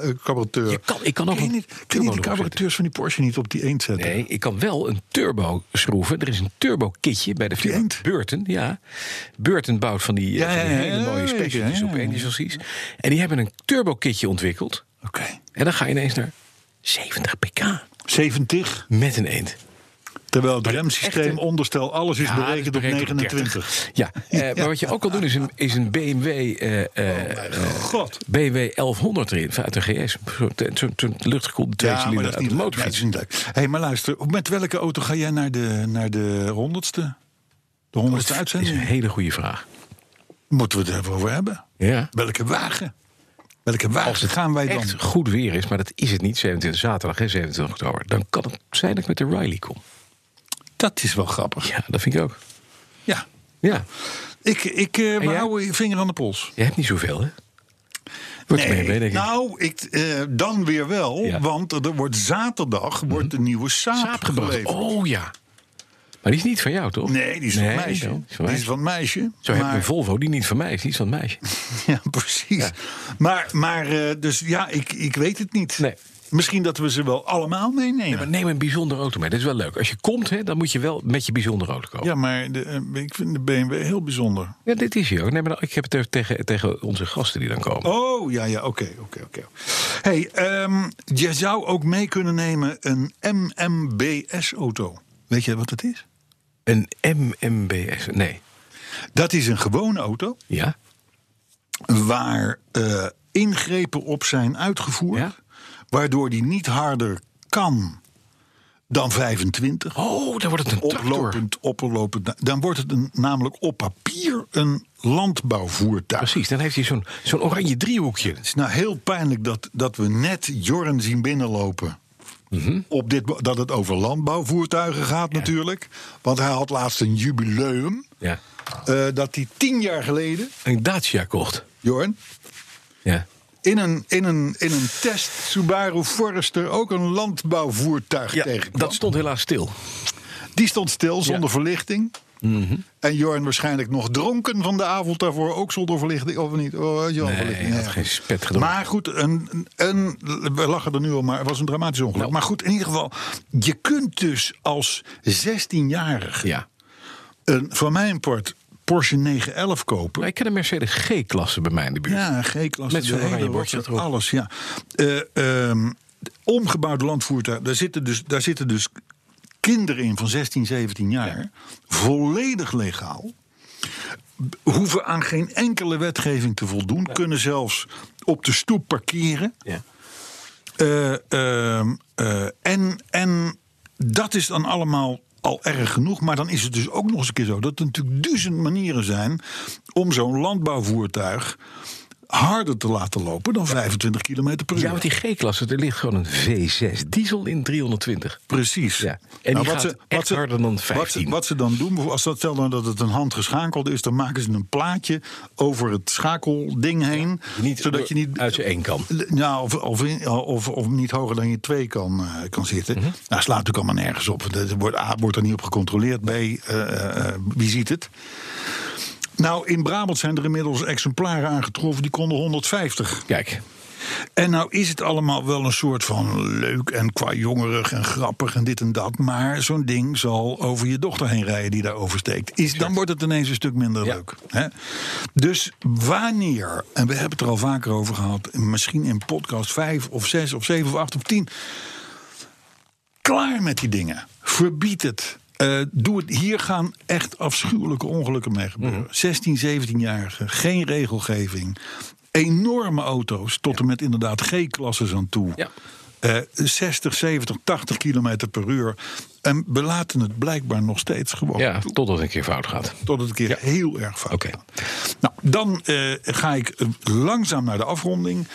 C: eh, carburateur.
B: Je kan- ik kan ook
C: Kun je
B: een
C: niet, kun je
B: turbo
C: niet
B: erop
C: die carburateurs van die Porsche niet op die eend zetten?
B: Nee, ik kan wel een turbo schroeven. Er is een turbo kitje bij de firma
C: Kind.
B: Burton. Ja. Burton bouwt van die, eh,
C: Ja,
B: van die
C: ja, ja,
B: hele
C: ja,
B: mooie
C: weet ik,
B: specialties
C: ja,
B: op
C: ja.
B: energiesassies. En die hebben een turbo kitje ontwikkeld.
C: Oké.
B: En dan ga je ineens naar 70 pk
C: 70.
B: met een eend.
C: Terwijl het remsysteem,
B: echte-
C: onderstel, alles is
B: Ja,
C: berekend
B: dat
C: op
B: is berekend op
C: 29. [laughs]
B: Ja, eh, maar wat je ook kan doen is een, is een BMW, eh, eh,
C: Oh God.
B: BMW 1100 erin. Uit een GS. Zo'n zo'n- zo'n luchtgekoelde twee
C: Ja, maar dat is
B: uit
C: niet leuk.
B: de
C: Nee, dat
B: motorfiets.
C: is niet leuk. Hé, hey, maar luister, met welke auto ga jij naar de, naar de honderdste? De honderdste
B: dat is een
C: uitzending?
B: hele goede vraag.
C: Moeten we het er even over hebben?
B: Ja.
C: Welke wagen? Welke wagen
B: Als het
C: gaan wij dan?
B: echt goed weer is, maar dat is het niet, 27 zaterdag en 27 oktober, dan kan het zijn dat ik met de Riley kom.
C: Dat is wel grappig.
B: Ja, dat vind ik ook.
C: Ja.
B: Ja,
C: Ik, ik eh
B: jij?
C: hou je vinger aan de pols.
B: je hebt niet zoveel, hè? Wordt er mee, denk ik.
C: nou, ik, eh, dan weer wel.
B: Ja. Mhm.
C: Want er wordt zaterdag wordt de nieuwe Saab,
B: Saap gebracht.
C: geleverd.
B: Oh ja. Maar die is niet van jou, toch?
C: Nee, die is van het meisje.
B: zo,
C: Die is van het meisje.
B: Zo heb je
C: maar-
B: een Volvo die niet van mij is, die is van het meisje.
C: [laughs] Ja, precies. Maar, maar eh, dus ja, ik, ik weet het niet.
B: Nee.
C: Misschien dat we ze wel allemaal meenemen.
B: Maar neem een bijzondere auto mee, dat is wel leuk. Als je komt, hè, dan moet je wel met je bijzondere auto komen.
C: ja, maar de, eh, ik vind de BMW heel bijzonder.
B: Ja, dit is hier ook. Nee, maar dan- ik heb het er tegen, tegen onze gasten die dan komen.
C: Oh, ja, ja, oké, oké, oké. hey, ehm, je zou ook mee kunnen nemen een MMBS-auto. Weet je wat dat is?
B: Een MMBS, nee.
C: Dat is een gewone auto
B: Ja?
C: waar eh, ingrepen op zijn uitgevoerd...
B: Ja?
C: waardoor die niet harder kan dan 25.
B: Oh, dan wordt het een tractor.
C: oplopend, oplopend. Nou, Dan wordt het een, namelijk op papier een landbouwvoertuig.
B: Precies, dan heeft hij zo'n zo'n oranje driehoekje.
C: Het is nou heel pijnlijk dat, dat we net Jorn zien binnenlopen.
B: Mhm.
C: Op dit, mo- dat het over landbouwvoertuigen gaat natuurlijk. Want hij had laatst een jubileum.
B: Ja.
C: eh, dat hij tien jaar geleden,
B: Een Dacia kocht.
C: Jorn,
B: Ja.
C: in een, in een, in een test Subaru Forester ook een landbouwvoertuig tegenkwam.
B: dat stond helaas stil.
C: Die stond stil zonder verlichting.
B: Mhm.
C: En Jorn waarschijnlijk nog dronken van de avond daarvoor. Ook zonder verlichting, of niet? Oh, had je wel
B: Nee,
C: verlichting?
B: had
C: ja.
B: geen spet gedronken.
C: Maar goed, een, een, we lachen er nu al, maar het was een dramatisch ongeluk. Maar goed, in ieder geval, je kunt dus als 16-jarig...
B: Ja.
C: een van mijn part Porsche 911 kopen...
B: Maar ik ken een Mercedes G-klasse bij mij in de buurt.
C: Ja, G-klasse.
B: Met zo'n
C: de hele
B: oranje bordje
C: rotter,
B: erop.
C: Alles, ja. Eh, ehm, omgebouwde landvoertuig, daar zitten dus, daar zitten dus kinderen in van 16, 17 jaar. Volledig legaal. B- Hoeven aan geen enkele wetgeving te voldoen. Kunnen zelfs op de stoep parkeren.
B: Ja.
C: Eh, ehm, eh, en, en dat is dan allemaal al erg genoeg. Maar dan is het dus ook nog eens een keer zo dat er natuurlijk duizend manieren zijn om zo'n landbouwvoertuig harder te laten lopen dan 25 km per uur.
B: Dus Ja, want die G-klasse, er ligt gewoon een V6 diesel in 320.
C: Precies. Nou,
B: Ja. En die gaat echt harder dan 15.
C: Wat ze, wat ze dan doen, als dat stel nou dat het een hand geschakeld is, dan maken ze een plaatje over het schakelding heen,
B: Niet
C: zodat je niet
B: uit je één kan.
C: Nou, of, of, in- of, of niet hoger dan je twee kan, eh, kan zitten.
B: Mhm.
C: Nou, slaat natuurlijk allemaal nergens op. Er wordt, A, wordt er niet op gecontroleerd. B, eh, eh, wie ziet het? Nou, in Brabant zijn er inmiddels exemplaren aangetroffen. Die konden 150.
B: Kijk,
C: En nou is het allemaal wel een soort van leuk en qua jongerig en grappig en dit en dat. Maar zo'n ding zal over je dochter heen rijden die daar oversteekt. Is, dan wordt het ineens een stuk minder
B: Ja.
C: leuk. Hè? Dus wanneer, en we hebben het er al vaker over gehad, misschien in podcast 5 of 6 of 7 of 8 of 10. Klaar met die dingen. Verbied het. Eh, doe het. Hier gaan echt afschuwelijke ongelukken mee gebeuren. 16, 17-jarigen, geen regelgeving. Enorme auto's, tot en met inderdaad G-klasses aan toe.
B: Ja.
C: Eh, eh, 60, 70, 80 kilometer per uur. En we laten het blijkbaar nog steeds gewoon
B: Ja,
C: toe.
B: totdat het een keer fout gaat.
C: Tot het een keer heel erg fout
B: Oké.
C: gaat. Nou, dan eh, ga ik eh, langzaam naar de afronding.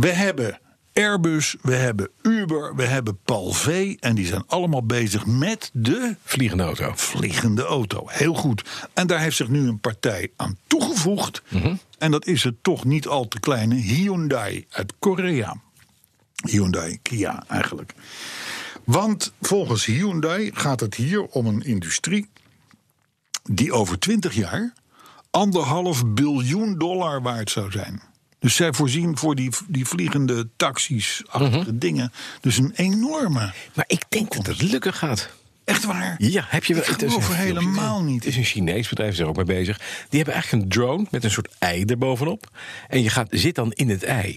C: We hebben Airbus, we hebben Uber, we hebben Palvé. En die zijn allemaal bezig met de
B: Vliegende auto.
C: vliegende auto. Heel goed. En daar heeft zich nu een partij aan toegevoegd.
B: Mhm.
C: En dat is het toch niet al te kleine Hyundai uit Korea. Hyundai, Kia eigenlijk. Want volgens Hyundai gaat het hier om een industrie die over 20 jaar anderhalf biljoen dollar waard zou zijn. Dus zij voorzien voor die, die vliegende taxis, achtige dingen, dus een enorme.
B: Maar ik denk dat het lukken gaat.
C: Echt waar?
B: Ja, heb je wel.
C: Ik
B: het is
C: geloof er
B: een filmpje.
C: helemaal niet
B: Het is een Chinees bedrijf, is er ook mee bezig. Die hebben eigenlijk een drone met een soort ei erbovenop. En je gaat, zit dan in het ei.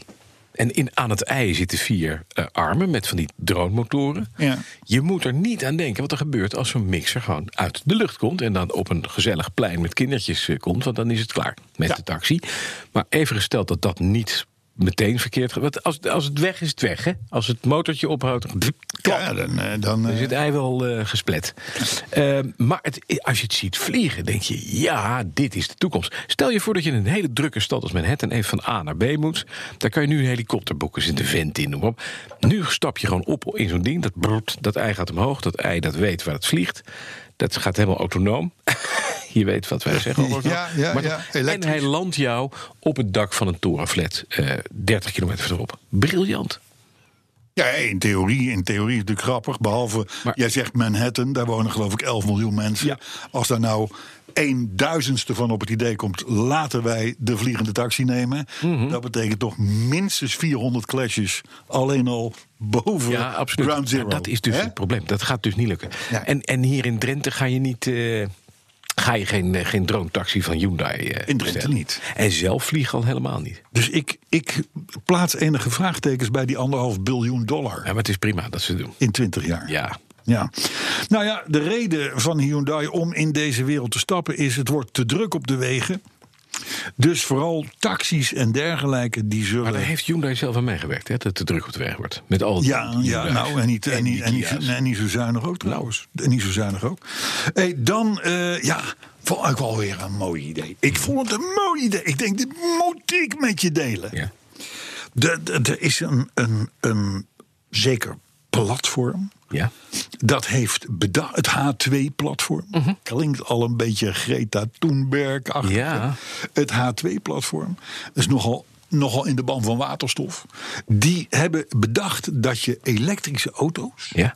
B: En in, aan het ei zitten vier eh, armen met van die dronemotoren.
C: Ja.
B: Je moet er niet aan denken wat er gebeurt als zo'n mixer gewoon uit de lucht komt. En dan op een gezellig plein met kindertjes eh, komt. Want dan is het klaar met de taxi. Maar even gesteld dat dat niet meteen verkeerd gaat. Want als, als het weg is, het weg. Hè? Als het motortje ophoudt, klap,
C: Ja, dan, eh, dan, eh,
B: is het ei wel eh, gesplet. Eh, maar het, als je het ziet vliegen, denk je, ja, dit is de toekomst. Stel je voor dat je in een hele drukke stad als Manhattan even van A naar B moet. Daar kan je nu een helikopter boeken, zit een vent in, noem maar op. Nu stap je gewoon op in zo'n ding, dat broert, dat ei gaat omhoog, dat ei dat weet waar het vliegt. Dat gaat helemaal autonoom. [laughs] je weet wat wij zeggen. over
C: Ja,
B: autonoom.
C: ja,
B: Maar
C: ja,
B: dat- en
C: elektrisch.
B: hij landt jou op het dak van een torenflat eh 30 kilometer verderop. Briljant.
C: Ja, in theorie, in theorie is het natuurlijk grappig. Behalve,
B: Maar-
C: jij zegt Manhattan, daar wonen geloof ik 11 miljoen mensen.
B: Ja.
C: Als daar nou een duizendste van op het idee komt... laten wij de vliegende taxi nemen.
B: Mhm.
C: Dat betekent toch minstens 400 clashes alleen al boven
B: Ja, absoluut.
C: ground zero.
B: Maar dat is dus
C: hè?
B: het probleem. Dat gaat dus niet lukken.
C: Ja.
B: En, en hier in Drenthe ga je niet. eh, Ga je geen, eh, geen drone-taxi van Hyundai eh,
C: In Drenthe
B: bestellen.
C: niet.
B: En zelf vliegen al helemaal niet.
C: Dus ik, ik plaats enige vraagtekens bij die anderhalf biljoen dollar
B: Ja, maar het is prima dat ze het doen.
C: in 20 jaar.
B: Ja.
C: Ja. Nou ja, de reden van Hyundai om in deze wereld te stappen is: het wordt te druk op de wegen. Dus vooral taxis en dergelijke die
B: Maar daar
C: zullen.
B: heeft Hyundai zelf aan meegewerkt, hè? Dat het te druk op de weg wordt. Met al die
C: Ja, ja,
B: Hyundai's.
C: nou, en niet, en, niet,
B: die
C: en, niet,
B: Kia's.
C: en niet zo zuinig ook trouwens.
B: Nou.
C: En niet zo zuinig ook. Hey, dan, eh, ja, vond ik wel weer een mooi idee. Ik vond het een mooi idee. Ik denk, dit moet ik met je delen.
B: Ja.
C: De- de- Er is een, een, een zeker platform.
B: ja.
C: Dat heeft bedacht, het H2-platform.
B: Mhm.
C: Klinkt al een beetje Greta Thunberg-achtig.
B: Ja.
C: Het H2-platform is nogal, nogal in de ban van waterstof. Die hebben bedacht dat je elektrische auto's...
B: ja.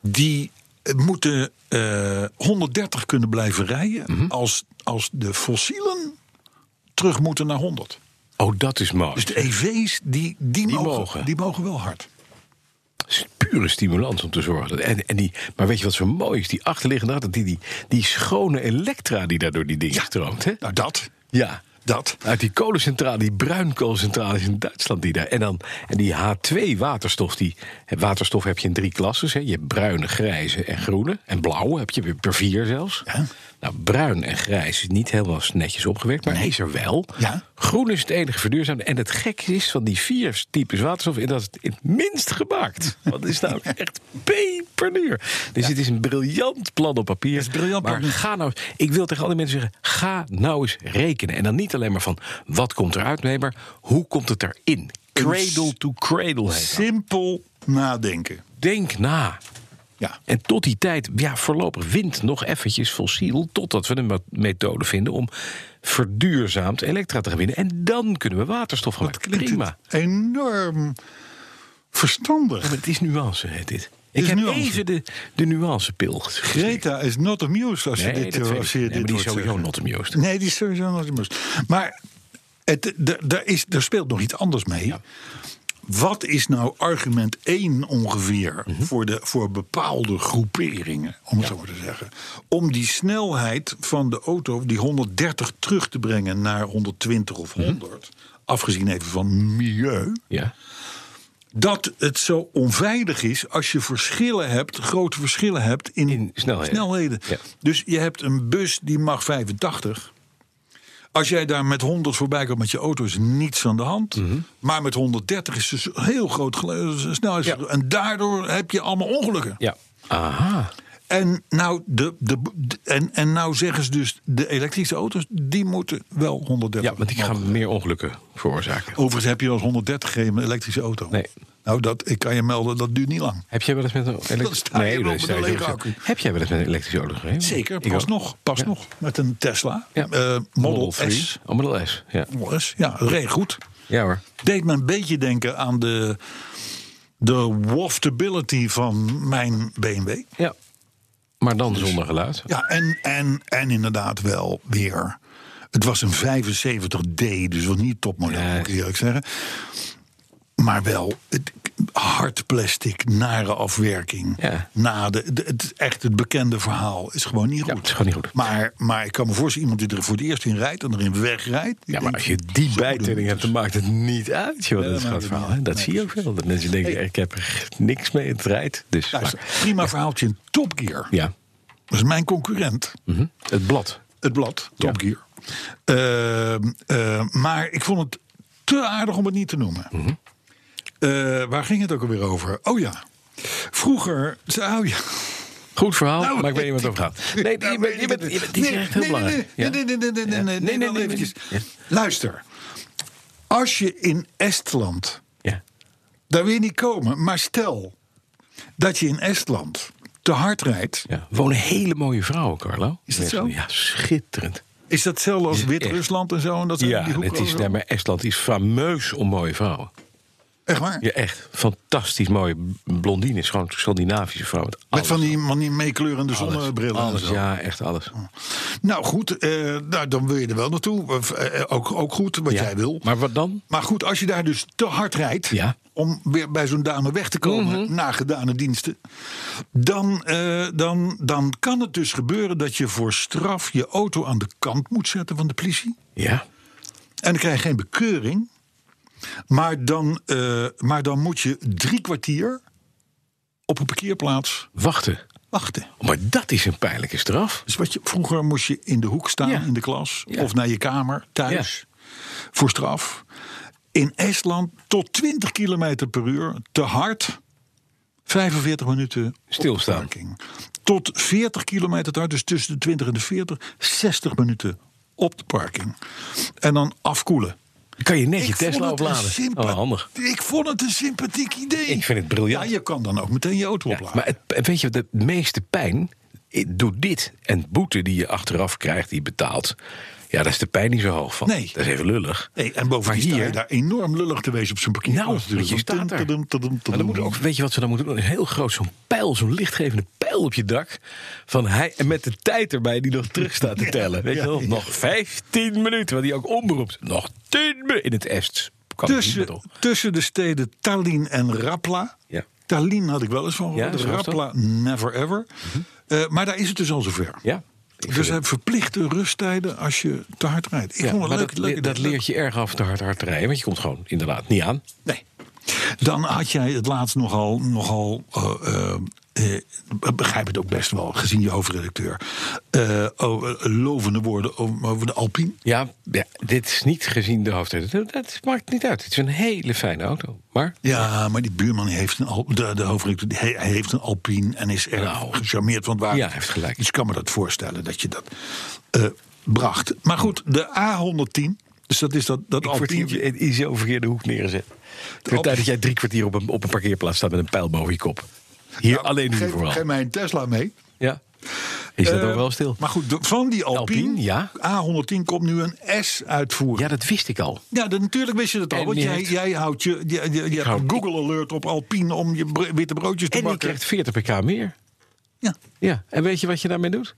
C: die eh, moeten eh, 130 kunnen blijven rijden...
B: Mhm.
C: als, als de fossielen terug moeten naar 100.
B: Oh, dat is mooi.
C: Dus de EV's, die, die,
B: mogen.
C: die mogen wel hard.
B: is pure stimulans om te zorgen. dat- En, en die, maar weet je wat zo mooi is? Die achterliggende dat die, die, die schone elektra die daar door die dingen stroomt. Hè?
C: Nou, dat,
B: Ja.
C: dat...
B: Uit die kolencentrale, die bruinkoolcentrales in Duitsland. Die daar, en, dan, en die H2 waterstof. Die, waterstof heb je in drie klasses. Hè. Je hebt bruine, grijze en groene. En blauwe heb je weer per vier zelfs.
C: Ja.
B: Nou, bruin en grijs is niet helemaal netjes opgewerkt. Maar is er wel.
C: Ja.
B: Groen is het enige verduurzaamde. En het gekke is van die vier types waterstof... en dat is het, in het minst gemaakt. Dat
C: [laughs]
B: is nou echt peperduur. Dus het is een briljant plan op papier.
C: is een briljant
B: maar
C: plan.
B: ga nou, ik wil tegen al die mensen zeggen... ga nou eens rekenen. En dan niet alleen maar van wat komt eruit, nee, maar hoe komt het erin? Cradle to cradle heet dat.
C: Simpel nadenken.
B: Denk na.
C: Ja.
B: En tot die tijd, ja, voorlopig wint nog eventjes fossiel... totdat we een ma- methode vinden om verduurzaamd elektra te gaan winnen. En dan kunnen we waterstof gaan
C: Het
B: maken.
C: klinkt
B: Prima.
C: het enorm
B: Ja,
C: verstandig.
B: maar het is nuance, heet dit. Ik
C: is
B: heb
C: nuance.
B: even de, de nuancepil geslikt.
C: Greta is not amused als je
B: Nee,
C: dit eh,
B: dat weet
C: als
B: ik.
C: je
B: Nee,
C: dit
B: maar die is
C: hoort
B: sowieso
C: zeggen.
B: not amused.
C: Nee, die is sowieso not amused. Maar het, d- daar, is, daar speelt nog iets anders mee. Wat is nou argument 1 ongeveer
B: Mhm.
C: voor, de, voor bepaalde groeperingen, om het zo maar te zeggen? Om die snelheid van de auto, die 130 terug te brengen naar 120 of
B: Mhm.
C: 100, afgezien even van milieu.
B: Ja.
C: dat het zo onveilig is als je verschillen hebt, grote verschillen hebt in,
B: In snelheden. Ja.
C: Dus je hebt een bus die mag 85. Als jij daar met 100 voorbij komt met je auto, is niets aan de hand.
B: Mhm.
C: Maar met 130 is dus een heel groot gele- eh, snelheidsverschil.
B: Ja.
C: En daardoor heb je allemaal ongelukken.
B: Ja. Aha.
C: En, nou de, de, de- en, en nou zeggen ze dus, de elektrische auto's, die moeten wel 130.
B: Ja, want die gaan meer ongelukken veroorzaken.
C: Overigens heb je als 130 geen elektrische auto.
B: Nee.
C: Nou, dat, ik kan je melden, dat duurt niet lang.
B: Heb jij wel eens
C: [laughs]
B: met een elektrische
C: sta je wel met een lege accu.
B: Heb jij wel eens met een elektrische auto gereden?
C: Zeker,
B: Ik
C: pas
B: ook.
C: nog. Pas
B: Ja.
C: nog. Met een Tesla.
B: Ja.
C: eh, Model,
B: three.
C: S.
B: Oh, Model S, ja.
C: Model S. Ja, reed goed.
B: Ja hoor.
C: Deed me een beetje denken aan de, de waftability van mijn BMW.
B: Ja. Maar dan zonder geluid.
C: Dus- Ja, en, en, en inderdaad wel weer. Het was een 75D, dus was niet topmodel,
B: Nee.
C: moet ik eerlijk zeggen. Maar wel het, hard plastic, nare afwerking.
B: Ja.
C: Na de, de- het, echt het bekende verhaal is gewoon niet goed.
B: het is gewoon niet goed.
C: Maar, maar ik kan me voorstellen, iemand die er voor het eerst in rijdt en erin wegrijdt. die
B: Ja, maar
C: denkt,
B: als je die
C: zo
B: bijtelling hebt, dan maakt het niet uit. Joh. dat
C: dat
B: is
C: maakt
B: gewoon het
C: het
B: verhaal.
C: niet
B: hè. Dat zie je ook veel. Dat mensen denken, ik heb er niks mee, het rijdt. Dus,
C: Luister,
B: maar-
C: prima verhaaltje in Top Gear.
B: ja.
C: Dat is mijn concurrent.
B: Mhm. Het blad.
C: Het blad, Top
B: Ja.
C: Gear. Ehm, eh, maar ik vond het te aardig om het niet te noemen.
B: Mhm.
C: Eh, waar ging het ook alweer over? Oh ja. Vroeger. Oh ja.
B: Goed verhaal,
C: Nou,
B: maar ik weet niet wat het over gaat. Nee, die- je bent, je bent, je bent, die is echt heel
C: nee, nee,
B: belangrijk.
C: Nee,
B: Ja.
C: nee, nee, nee, nee, nee,
B: Ja.
C: nee, nee, wel eventjes. Luister. Als je in Estland.
B: Ja.
C: Daar wil je niet komen, maar stel dat je in Estland te hard rijdt.
B: Ja. Wonen hele mooie vrouwen, Carlo.
C: Is dat zo?
B: Ja, schitterend.
C: Is dat hetzelfde als Wit-Rusland en zo? En dat zijn
B: Ja,
C: die hoeken
B: het is,
C: overal?
B: nee, maar Estland is fameus om mooie vrouwen.
C: Echt waar?
B: Ja, echt. Fantastisch mooie blondines. Gewoon Scandinavische vrouwen. Met
C: Met
B: alles.
C: van die, van die meeklurende
B: Alles.
C: zonnebrillen. en
B: Alles,
C: zo.
B: ja, echt alles.
C: Nou goed, eh, nou, dan wil je er wel naartoe. Of, eh, ook, ook goed, wat
B: Ja.
C: jij wil. Maar,
B: Maar wat dan?
C: goed, als je daar dus te hard rijdt...
B: Ja.
C: om weer bij zo'n dame weg te komen na gedane diensten... Dan, eh, dan, dan kan het dus gebeuren dat je voor straf je auto aan de kant moet zetten van de politie.
B: Ja.
C: En dan krijg je geen bekeuring. Maar dan, eh, maar dan moet je drie kwartier op een parkeerplaats
B: Wachten.
C: wachten.
B: Maar dat is een pijnlijke straf.
C: Dus wat je, vroeger moest je in de hoek staan
B: Ja.
C: in de klas.
B: Ja.
C: Of naar je kamer thuis. Voor straf. In Estland tot 20 km per uur. Te hard. 45 minuten op
B: Stilstaan.
C: de parking. Tot 40 km te hard. Dus tussen de 20 en de 40. 60 minuten op de parking. En dan afkoelen.
B: Kan je net je
C: Ik vond
B: Tesla
C: het een
B: opladen?
C: sympa-
B: Oh, handig.
C: Ik vond het een sympathiek idee.
B: Ik vind het briljant.
C: Ja, je kan dan ook meteen je auto
B: Ja,
C: opladen.
B: maar het, weet je, de meeste pijn eh, doet dit. En boete die je achteraf krijgt, die je betaalt. Ja, daar is de pijn niet zo hoog van.
C: Nee.
B: Dat is even lullig.
C: Nee, en bovendien
B: Maar
C: sta je
B: hier-
C: daar enorm lullig te wezen op zijn parkeerplaats.
B: Nou,
C: natuurlijk.
B: je staat er.
C: Tudum, tudum, tudum,
B: Maar dan moet ook, weet je wat ze dan moeten doen? Een heel groot zo'n pijl, zo'n lichtgevende pijl op je dak. Van hij, en met de tijd erbij die nog terug staat te tellen. Weet je wel?
C: ja.
B: Nog 15 minuten, want die ook omroept. Nog 10 minuten in het Est. Kan het niet meer,
C: tussen,
B: toch?
C: tussen de steden Tallinn en Rapla.
B: Ja.
C: Tallinn had ik wel eens van
B: Ja,
C: gehoord.
B: zo was dat.
C: Rapla, never ever. Eh, maar daar is het dus al zover.
B: Ja.
C: Dus ze hebben verplichte rusttijden als je te hard rijdt. Ik
B: Ja,
C: vond
B: maar
C: het leuk.
B: dat,
C: leuk,
B: dat leert je erg af te hard hard te rijden. Want je komt gewoon inderdaad niet aan.
C: Nee. Dan had jij het laatst nogal, nogal eh, eh, eh, begrijp het ook best wel, gezien je hoofdredacteur, eh, oh, eh, lovende woorden over over de Alpine.
B: Ja, ja, dit is niet gezien de hoofdredacteur. Dat maakt niet uit. Het is een hele fijne auto. Maar
C: Ja, maar die buurman die heeft een Al- de, de hoofdredacteur die- hij, hij heeft een Alpine en is erg
B: Nou.
C: gecharmeerd van het water.
B: Ja, hij heeft gelijk.
C: Dus ik kan me dat voorstellen dat je dat eh, bracht. Maar goed, de A110, dus dat is dat, dat
B: ik word
C: Alpine.
B: hier in zo'n verkeerde hoek neergezet. Het
C: Alpine-
B: wordt tijd dat jij drie kwartier op een, op een parkeerplaats staat met een pijl boven je kop. Hier alleen nu
C: Nou, geef,
B: vooral.
C: geef mij een Tesla mee.
B: Ja. Is dat
C: Eh,
B: ook wel stil?
C: Maar goed, de- van die Alpine,
B: Alpine, ja.
C: A110 komt nu een S uitvoeren.
B: Ja, dat wist ik al.
C: Ja, dan, natuurlijk wist je dat al.
B: En
C: Want
B: die
C: jij,
B: heeft-
C: jij houdt je, je, je, je hebt
B: hou-
C: een Google Alert op Alpine om je br- witte broodjes te
B: En je
C: bakken.
B: krijgt 40 pk meer.
C: Ja,
B: Ja. En weet je wat je daarmee doet?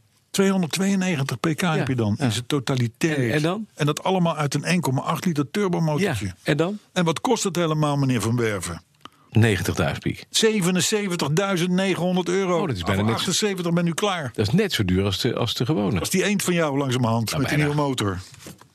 C: 292 pk heb je dan
B: ja.
C: in zijn totaliteit.
B: En- en dan?
C: En dat allemaal uit een 1,8 liter
B: Ja.
C: turbomotortje.
B: En dan?
C: En wat kost het helemaal, meneer Van Werven?
B: 90.000 piek.
C: 77.900 euro.
B: Oh, dat is bijna
C: Voor
B: niks.
C: 78 ben nu klaar.
B: Dat is net zo duur als de, als de gewone.
C: Als die eend van jou langzamerhand met die
B: bijna.
C: nieuwe motor.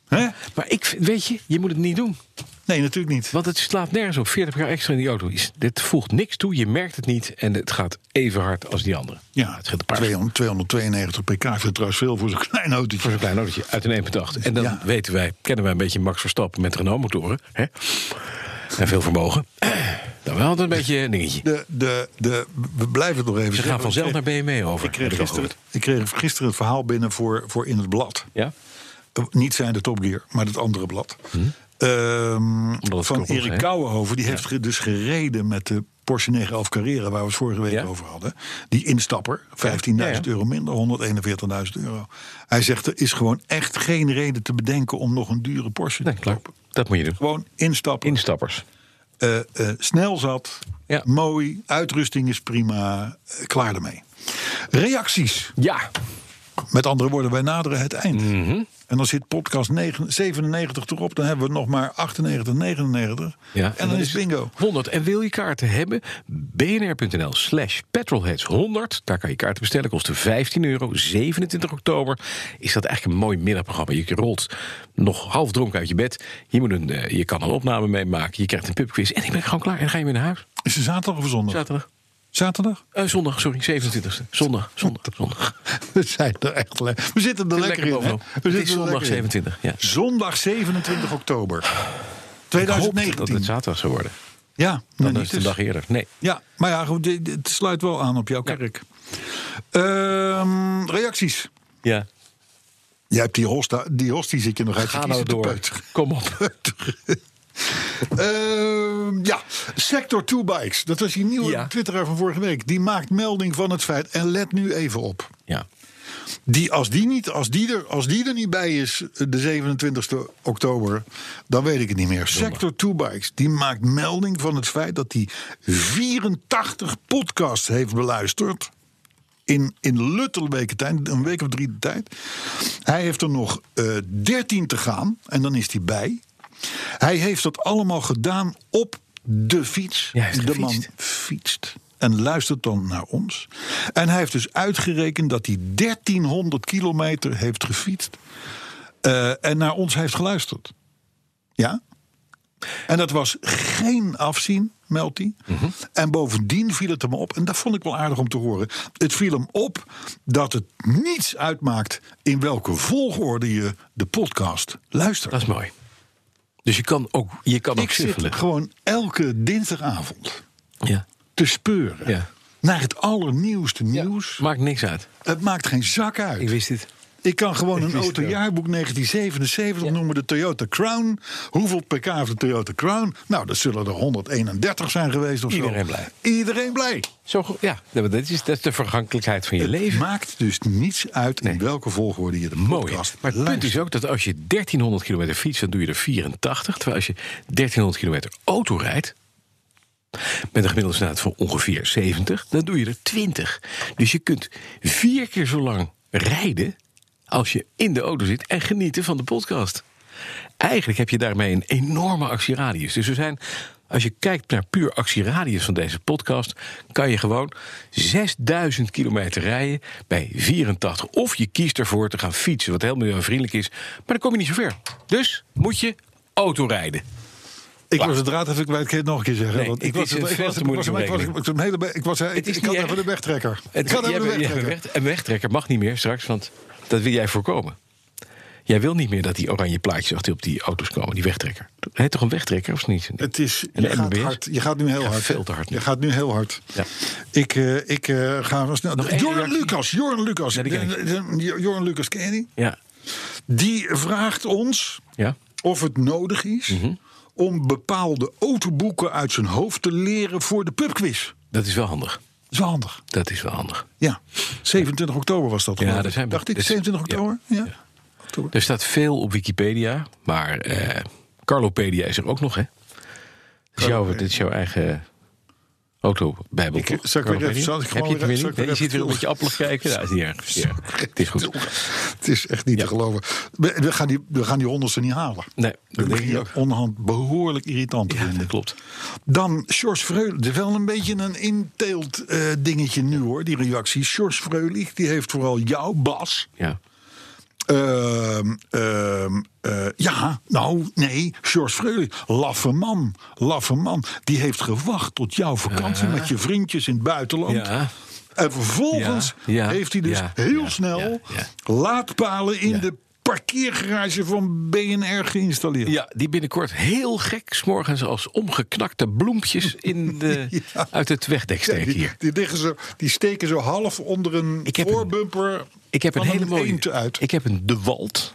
C: Hè?
B: Maar ik, vind- weet je, je moet het niet doen.
C: Nee, natuurlijk niet.
B: Want het slaat nergens op. 40 jaar extra in die auto. Is, dit voegt niks toe. Je merkt het niet. En het gaat even hard als die andere.
C: Ja,
B: het scheelt een paar
C: 200, 292 pk is het trouwens veel voor zo'n klein
B: Voor
C: autootje.
B: zo'n klein autootje uit een 1.8. En dan
C: Ja.
B: weten wij, kennen wij een beetje Max Verstappen met Renault-motoren. hè? En veel vermogen. Dan wel altijd een beetje een dingetje.
C: De, de, de, we blijven het nog even
B: Ze gaan
C: zeggen.
B: vanzelf naar BME over.
C: Ik kreeg,
B: heb ik al
C: gisteren,
B: gehoord.
C: ik kreeg gisteren het verhaal binnen voor, voor In het Blad.
B: Ja?
C: Eh, Niet zijn de Top Gear, maar het andere blad. Ehm,
B: Hmm. het
C: van
B: koppels,
C: Erik
B: hè?
C: Kouwenhoven. Die heeft ge- dus gereden met de Porsche 911 Carrera... waar we het vorige week
B: Ja.
C: over hadden. Die instapper, 15.000
B: Ja, ja.
C: euro minder, 141.000 euro. Hij zegt, er is gewoon echt geen reden te bedenken... om nog een dure Porsche
B: Nee,
C: te
B: klaar.
C: kopen.
B: Dat moet je doen.
C: Gewoon instappen.
B: Instappers.
C: eh, eh, snel zat,
B: Ja.
C: mooi, uitrusting is prima, eh, klaar ermee. Reacties,
B: Ja.
C: met andere woorden, wij naderen het eind.
B: Mhm.
C: En dan zit podcast negen- 97 erop, dan hebben we nog maar 98, 99.
B: ja.
C: en, dan is
B: het
C: bingo.
B: 100. En wil je kaarten hebben? bnr.nl slash petrolheads 100. Daar kan je kaarten bestellen. Kosten 15 euro. 27 oktober is dat eigenlijk een mooi middagprogramma. Je rolt nog half dronken uit je bed. Je, moet een, eh, je kan een opname meemaken. Je krijgt een pubquiz. En ik ben gewoon klaar. En dan ga je weer naar huis.
C: Is het zaterdag of zondag?
B: Zaterdag.
C: Zaterdag? [laughs]
B: Eh, zondag, sorry. 27e. Zondag. Zondag. zondag.
C: We zijn er echt le- We zitten er lekker, in. Hè?
B: bovenop.
C: We
B: Het
C: zitten
B: is
C: er
B: zondag
C: lekker in.
B: 27. Ja.
C: Zondag 27 oktober
B: Ik hoop dat
C: 2019.
B: het zaterdag zou worden.
C: ja,
B: Dan
C: nou
B: is
C: niet
B: het een
C: dus.
B: dag eerder. Nee.
C: Ja, maar ja, goed, dit- dit- het sluit wel aan op jouw kerk. Ehm, reacties.
B: Ja.
C: Jij hebt die hosta, die hostie zit je nog uit je
B: Ga nou
C: kiezen te
B: door.
C: peuteren.
B: Kom op.
C: Ehm, ja, Sector 2 Bikes. Dat was die nieuwe
B: Ja.
C: twitteraar van vorige week. Die maakt melding van het feit. En let nu even op.
B: Ja.
C: Die, als, die niet, als, die er, als die er niet bij is, eh, de 27 oktober, dan weet ik het niet meer. Sector 2 Bikes, die maakt melding van het feit dat hij 84 podcasts heeft beluisterd. In, in luttele weken tijd, een week of drie de tijd. Hij heeft er nog eh 13 te gaan en dan is hij bij. Hij heeft dat allemaal gedaan op de fiets.
B: Ja, hij heeft
C: de man
B: gefietst.
C: fietst en luistert dan naar ons. En hij heeft dus uitgerekend dat hij 1300 kilometer heeft gefietst eh, en naar ons heeft geluisterd. Ja? En dat was geen afzien, meldt hij.
B: Mhm.
C: En bovendien viel het hem op, en dat vond ik wel aardig om te horen. Het viel hem op dat het niets uitmaakt in welke volgorde je de podcast luistert.
B: Dat is mooi. Dus je kan ook, je kan ook
C: ik zit
B: suffelen.
C: gewoon elke dinsdagavond
B: Ja.
C: te speuren
B: Ja.
C: naar het allernieuwste nieuws.
B: Maakt niks uit.
C: Het maakt geen zak uit.
B: Ik wist dit.
C: Ik kan gewoon een
B: wist het ook.
C: autojaarboek 1977 noemen, de Toyota Crown. Hoeveel pk heeft de Toyota Crown? Nou, dat zullen er 131 zijn geweest of
B: Iedereen
C: zo.
B: blij.
C: Iedereen blij.
B: Zo, go- ja, dat is, dat is de vergankelijkheid van je
C: Het
B: leven.
C: maakt dus niets uit in welke volgorde je de
B: Mooi.
C: podcast
B: Maar het punt is ook dat als je 1300 kilometer fietst, dan doe je er 84. Terwijl als je 1300 kilometer auto rijdt, met een gemiddelde snelheid van ongeveer 70, dan doe je er 20. Dus je kunt vier keer zo lang rijden als je in de auto zit en genieten van de podcast. Eigenlijk heb je daarmee een enorme actieradius. Dus er zijn, als je kijkt naar puur actieradius van deze podcast, kan je gewoon 6000 kilometer rijden bij 84. Of je kiest ervoor te gaan fietsen, wat heel milieuvriendelijk is. Maar dan kom je niet zo ver. Dus moet je autorijden.
C: Ik was het draad even kwijt, ik kan het nog een keer zeggen.
B: Nee,
C: want
B: het
C: ik was
B: is een
C: ik
B: veel
C: was-
B: te
C: ik was-
B: moeilijke
C: ik was- ik
B: regeling.
C: was een hele be- ik was
B: Het is
C: ik had
B: niet
C: even de
B: erg.
C: wegtrekker. Ik
B: Het,
C: had
B: jij
C: even de
B: bent- jij bent
C: wegtrekker.
B: weg- een wegtrekker mag niet meer straks, want dat wil jij voorkomen. Jij wil niet meer dat die oranje plaatjes achter op die auto's komen, die wegtrekker. Heet toch een wegtrekker of niet?
C: Het is,
B: En de
C: je, gaat
B: MBS?
C: hard, je gaat nu heel
B: Ja,
C: hard.
B: veel te hard nu.
C: Je gaat nu heel hard.
B: Ja.
C: Ik, eh, ik eh, ga wel snel.
B: Nog één
C: Jorn
B: reactie.
C: Lucas, Jorn Lucas.
B: Ja, die ken ik.
C: Eh, eh, eh, Jorn Lucas, ken je die?
B: Ja.
C: Die vraagt ons
B: Ja.
C: of het nodig is
B: Mhm.
C: om bepaalde autoboeken uit zijn hoofd te leren voor de pubquiz. Dat
B: Dat is wel handig.
C: is wel handig.
B: Dat is wel handig.
C: Ja, 27 oktober was dat. geloof ik.
B: daar zijn we.
C: Dacht ik,
B: Dus-
C: 27
B: ja.
C: oktober? Ja. Oktober.
B: Er staat veel op Wikipedia, maar eh Carlopedia is er ook nog, hè? Dat is, jouw, dit is jouw eigen autobijbel,
C: Ik-
B: toch?
C: zal ik weer
B: Carlopedia?
C: even- zal ik
B: Heb
C: gewoon
B: je
C: weer-
B: het er weer
C: zal
B: niet?
C: ik weer
B: Nee, je
C: even
B: ziet weer
C: terug?
B: een beetje appelig kijken. Ja, is niet erg. Ja, het is goed.
C: Het is echt niet
B: Ja.
C: te geloven. We, we gaan die, we gaan die honderdste niet halen.
B: Nee, dat
C: Dat
B: denk
C: begin
B: ik
C: je
B: ook.
C: onderhand behoorlijk irritant te
B: Ja,
C: vinden.
B: dat klopt.
C: Dan Sjors Vreulich. Het is wel een beetje een inteelt eh, dingetje nu hoor, die reactie. Sjors Vreulich, die heeft vooral jou, Bas,
B: Ja.
C: Ehm, ehm, eh, ja, nou, nee, George Freulich. Laffe man, laffe man. Die heeft gewacht tot jouw vakantie met je vriendjes in het buitenland.
B: Ja.
C: En vervolgens
B: Ja, ja,
C: heeft hij dus
B: ja,
C: heel
B: ja,
C: snel
B: ja, ja.
C: laadpalen in
B: Ja.
C: de parkeergarage van BNR geïnstalleerd.
B: Ja, die binnenkort heel gek s'morgens als omgeknakte bloempjes in de,
C: [laughs] Ja.
B: uit het wegdek
C: Ja,
B: steken
C: die,
B: hier.
C: die, liggen zo, die steken zo half onder een
B: Ik heb een-
C: voorbumper.
B: Ik heb een
C: van
B: hele
C: eend
B: mooie.
C: uit.
B: Ik heb een De Walt.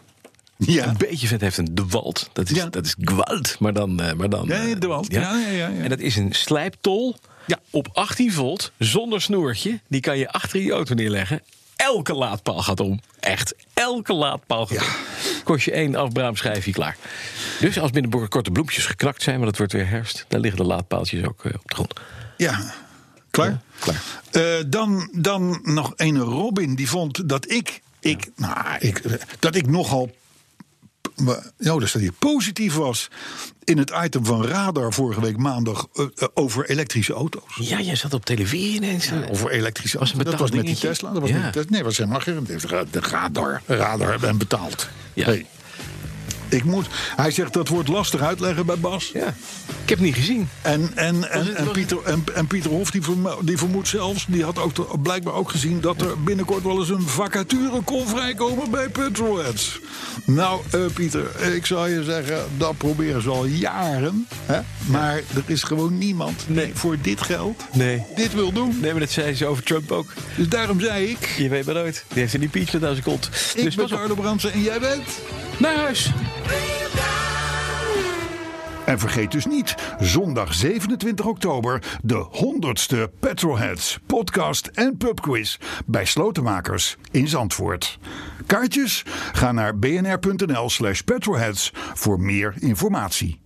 C: ja.
B: Een beetje vet heeft een De Walt. Dat is,
C: Ja.
B: dat is Gwalt, maar dan. eh, Maar dan
C: Ja, ja,
B: eh,
C: De Walt. Ja, ja, ja, ja.
B: En dat is een slijptol
C: Ja.
B: op 18 volt zonder snoertje. Die kan je achter je auto neerleggen. Elke laadpaal gaat om. Echt, elke laadpaal gaat om. Kost je één afbraamschijfje klaar. Dus als binnen korte bloempjes geknakt zijn, want het wordt weer herfst, dan liggen de laadpaaltjes ook eh, op de grond.
C: Ja, klaar?
B: klaar.
C: Eh, dan, dan nog een Robin die vond dat ik, ik, nou, ik, eh, dat ik nogal maar, nou, dat hij positief was in het item van Radar vorige week maandag eh, eh, over elektrische auto's.
B: Ja, jij zat op televisie ineens.
C: Over elektrische
B: Was een
C: auto's. Dat was met die
B: betaaldingetje?
C: Tesla. Dat was
B: Ja.
C: met die Tesla. Nee, was helemaal geen. De radar. Radar hebben hem betaald.
B: Ja.
C: Hey. Ik moet, hij zegt dat wordt lastig uitleggen bij Bas.
B: Ja. Ik heb het niet gezien.
C: En, en,
B: Was
C: en,
B: het-
C: en,
B: was het-
C: Pieter, en, en Pieter Hof, die, vermo- die vermoedt zelfs, die had ook, te- blijkbaar ook gezien dat er binnenkort wel eens een vacature kon vrijkomen bij Petrolheads. Nou, eh, Pieter, ik zal je zeggen, dat proberen ze al jaren. Hè? Maar er is gewoon niemand die
B: Nee.
C: voor dit geld
B: Nee.
C: dit wil doen.
B: Nee, maar dat zei ze over Trump ook.
C: Dus daarom zei ik,
B: Je weet maar nooit. Die heeft een impeachment aan zijn kont.
C: ik ben
B: dus pas op.
C: Carlo Brandsen en jij bent...
B: Naar huis.
C: En vergeet dus niet, zondag 27 oktober, de 100ste Petrolheads podcast en pubquiz bij Slotenmakers in Zandvoort. Kaartjes? Ga naar bnr.nl slash petrolheads voor meer informatie.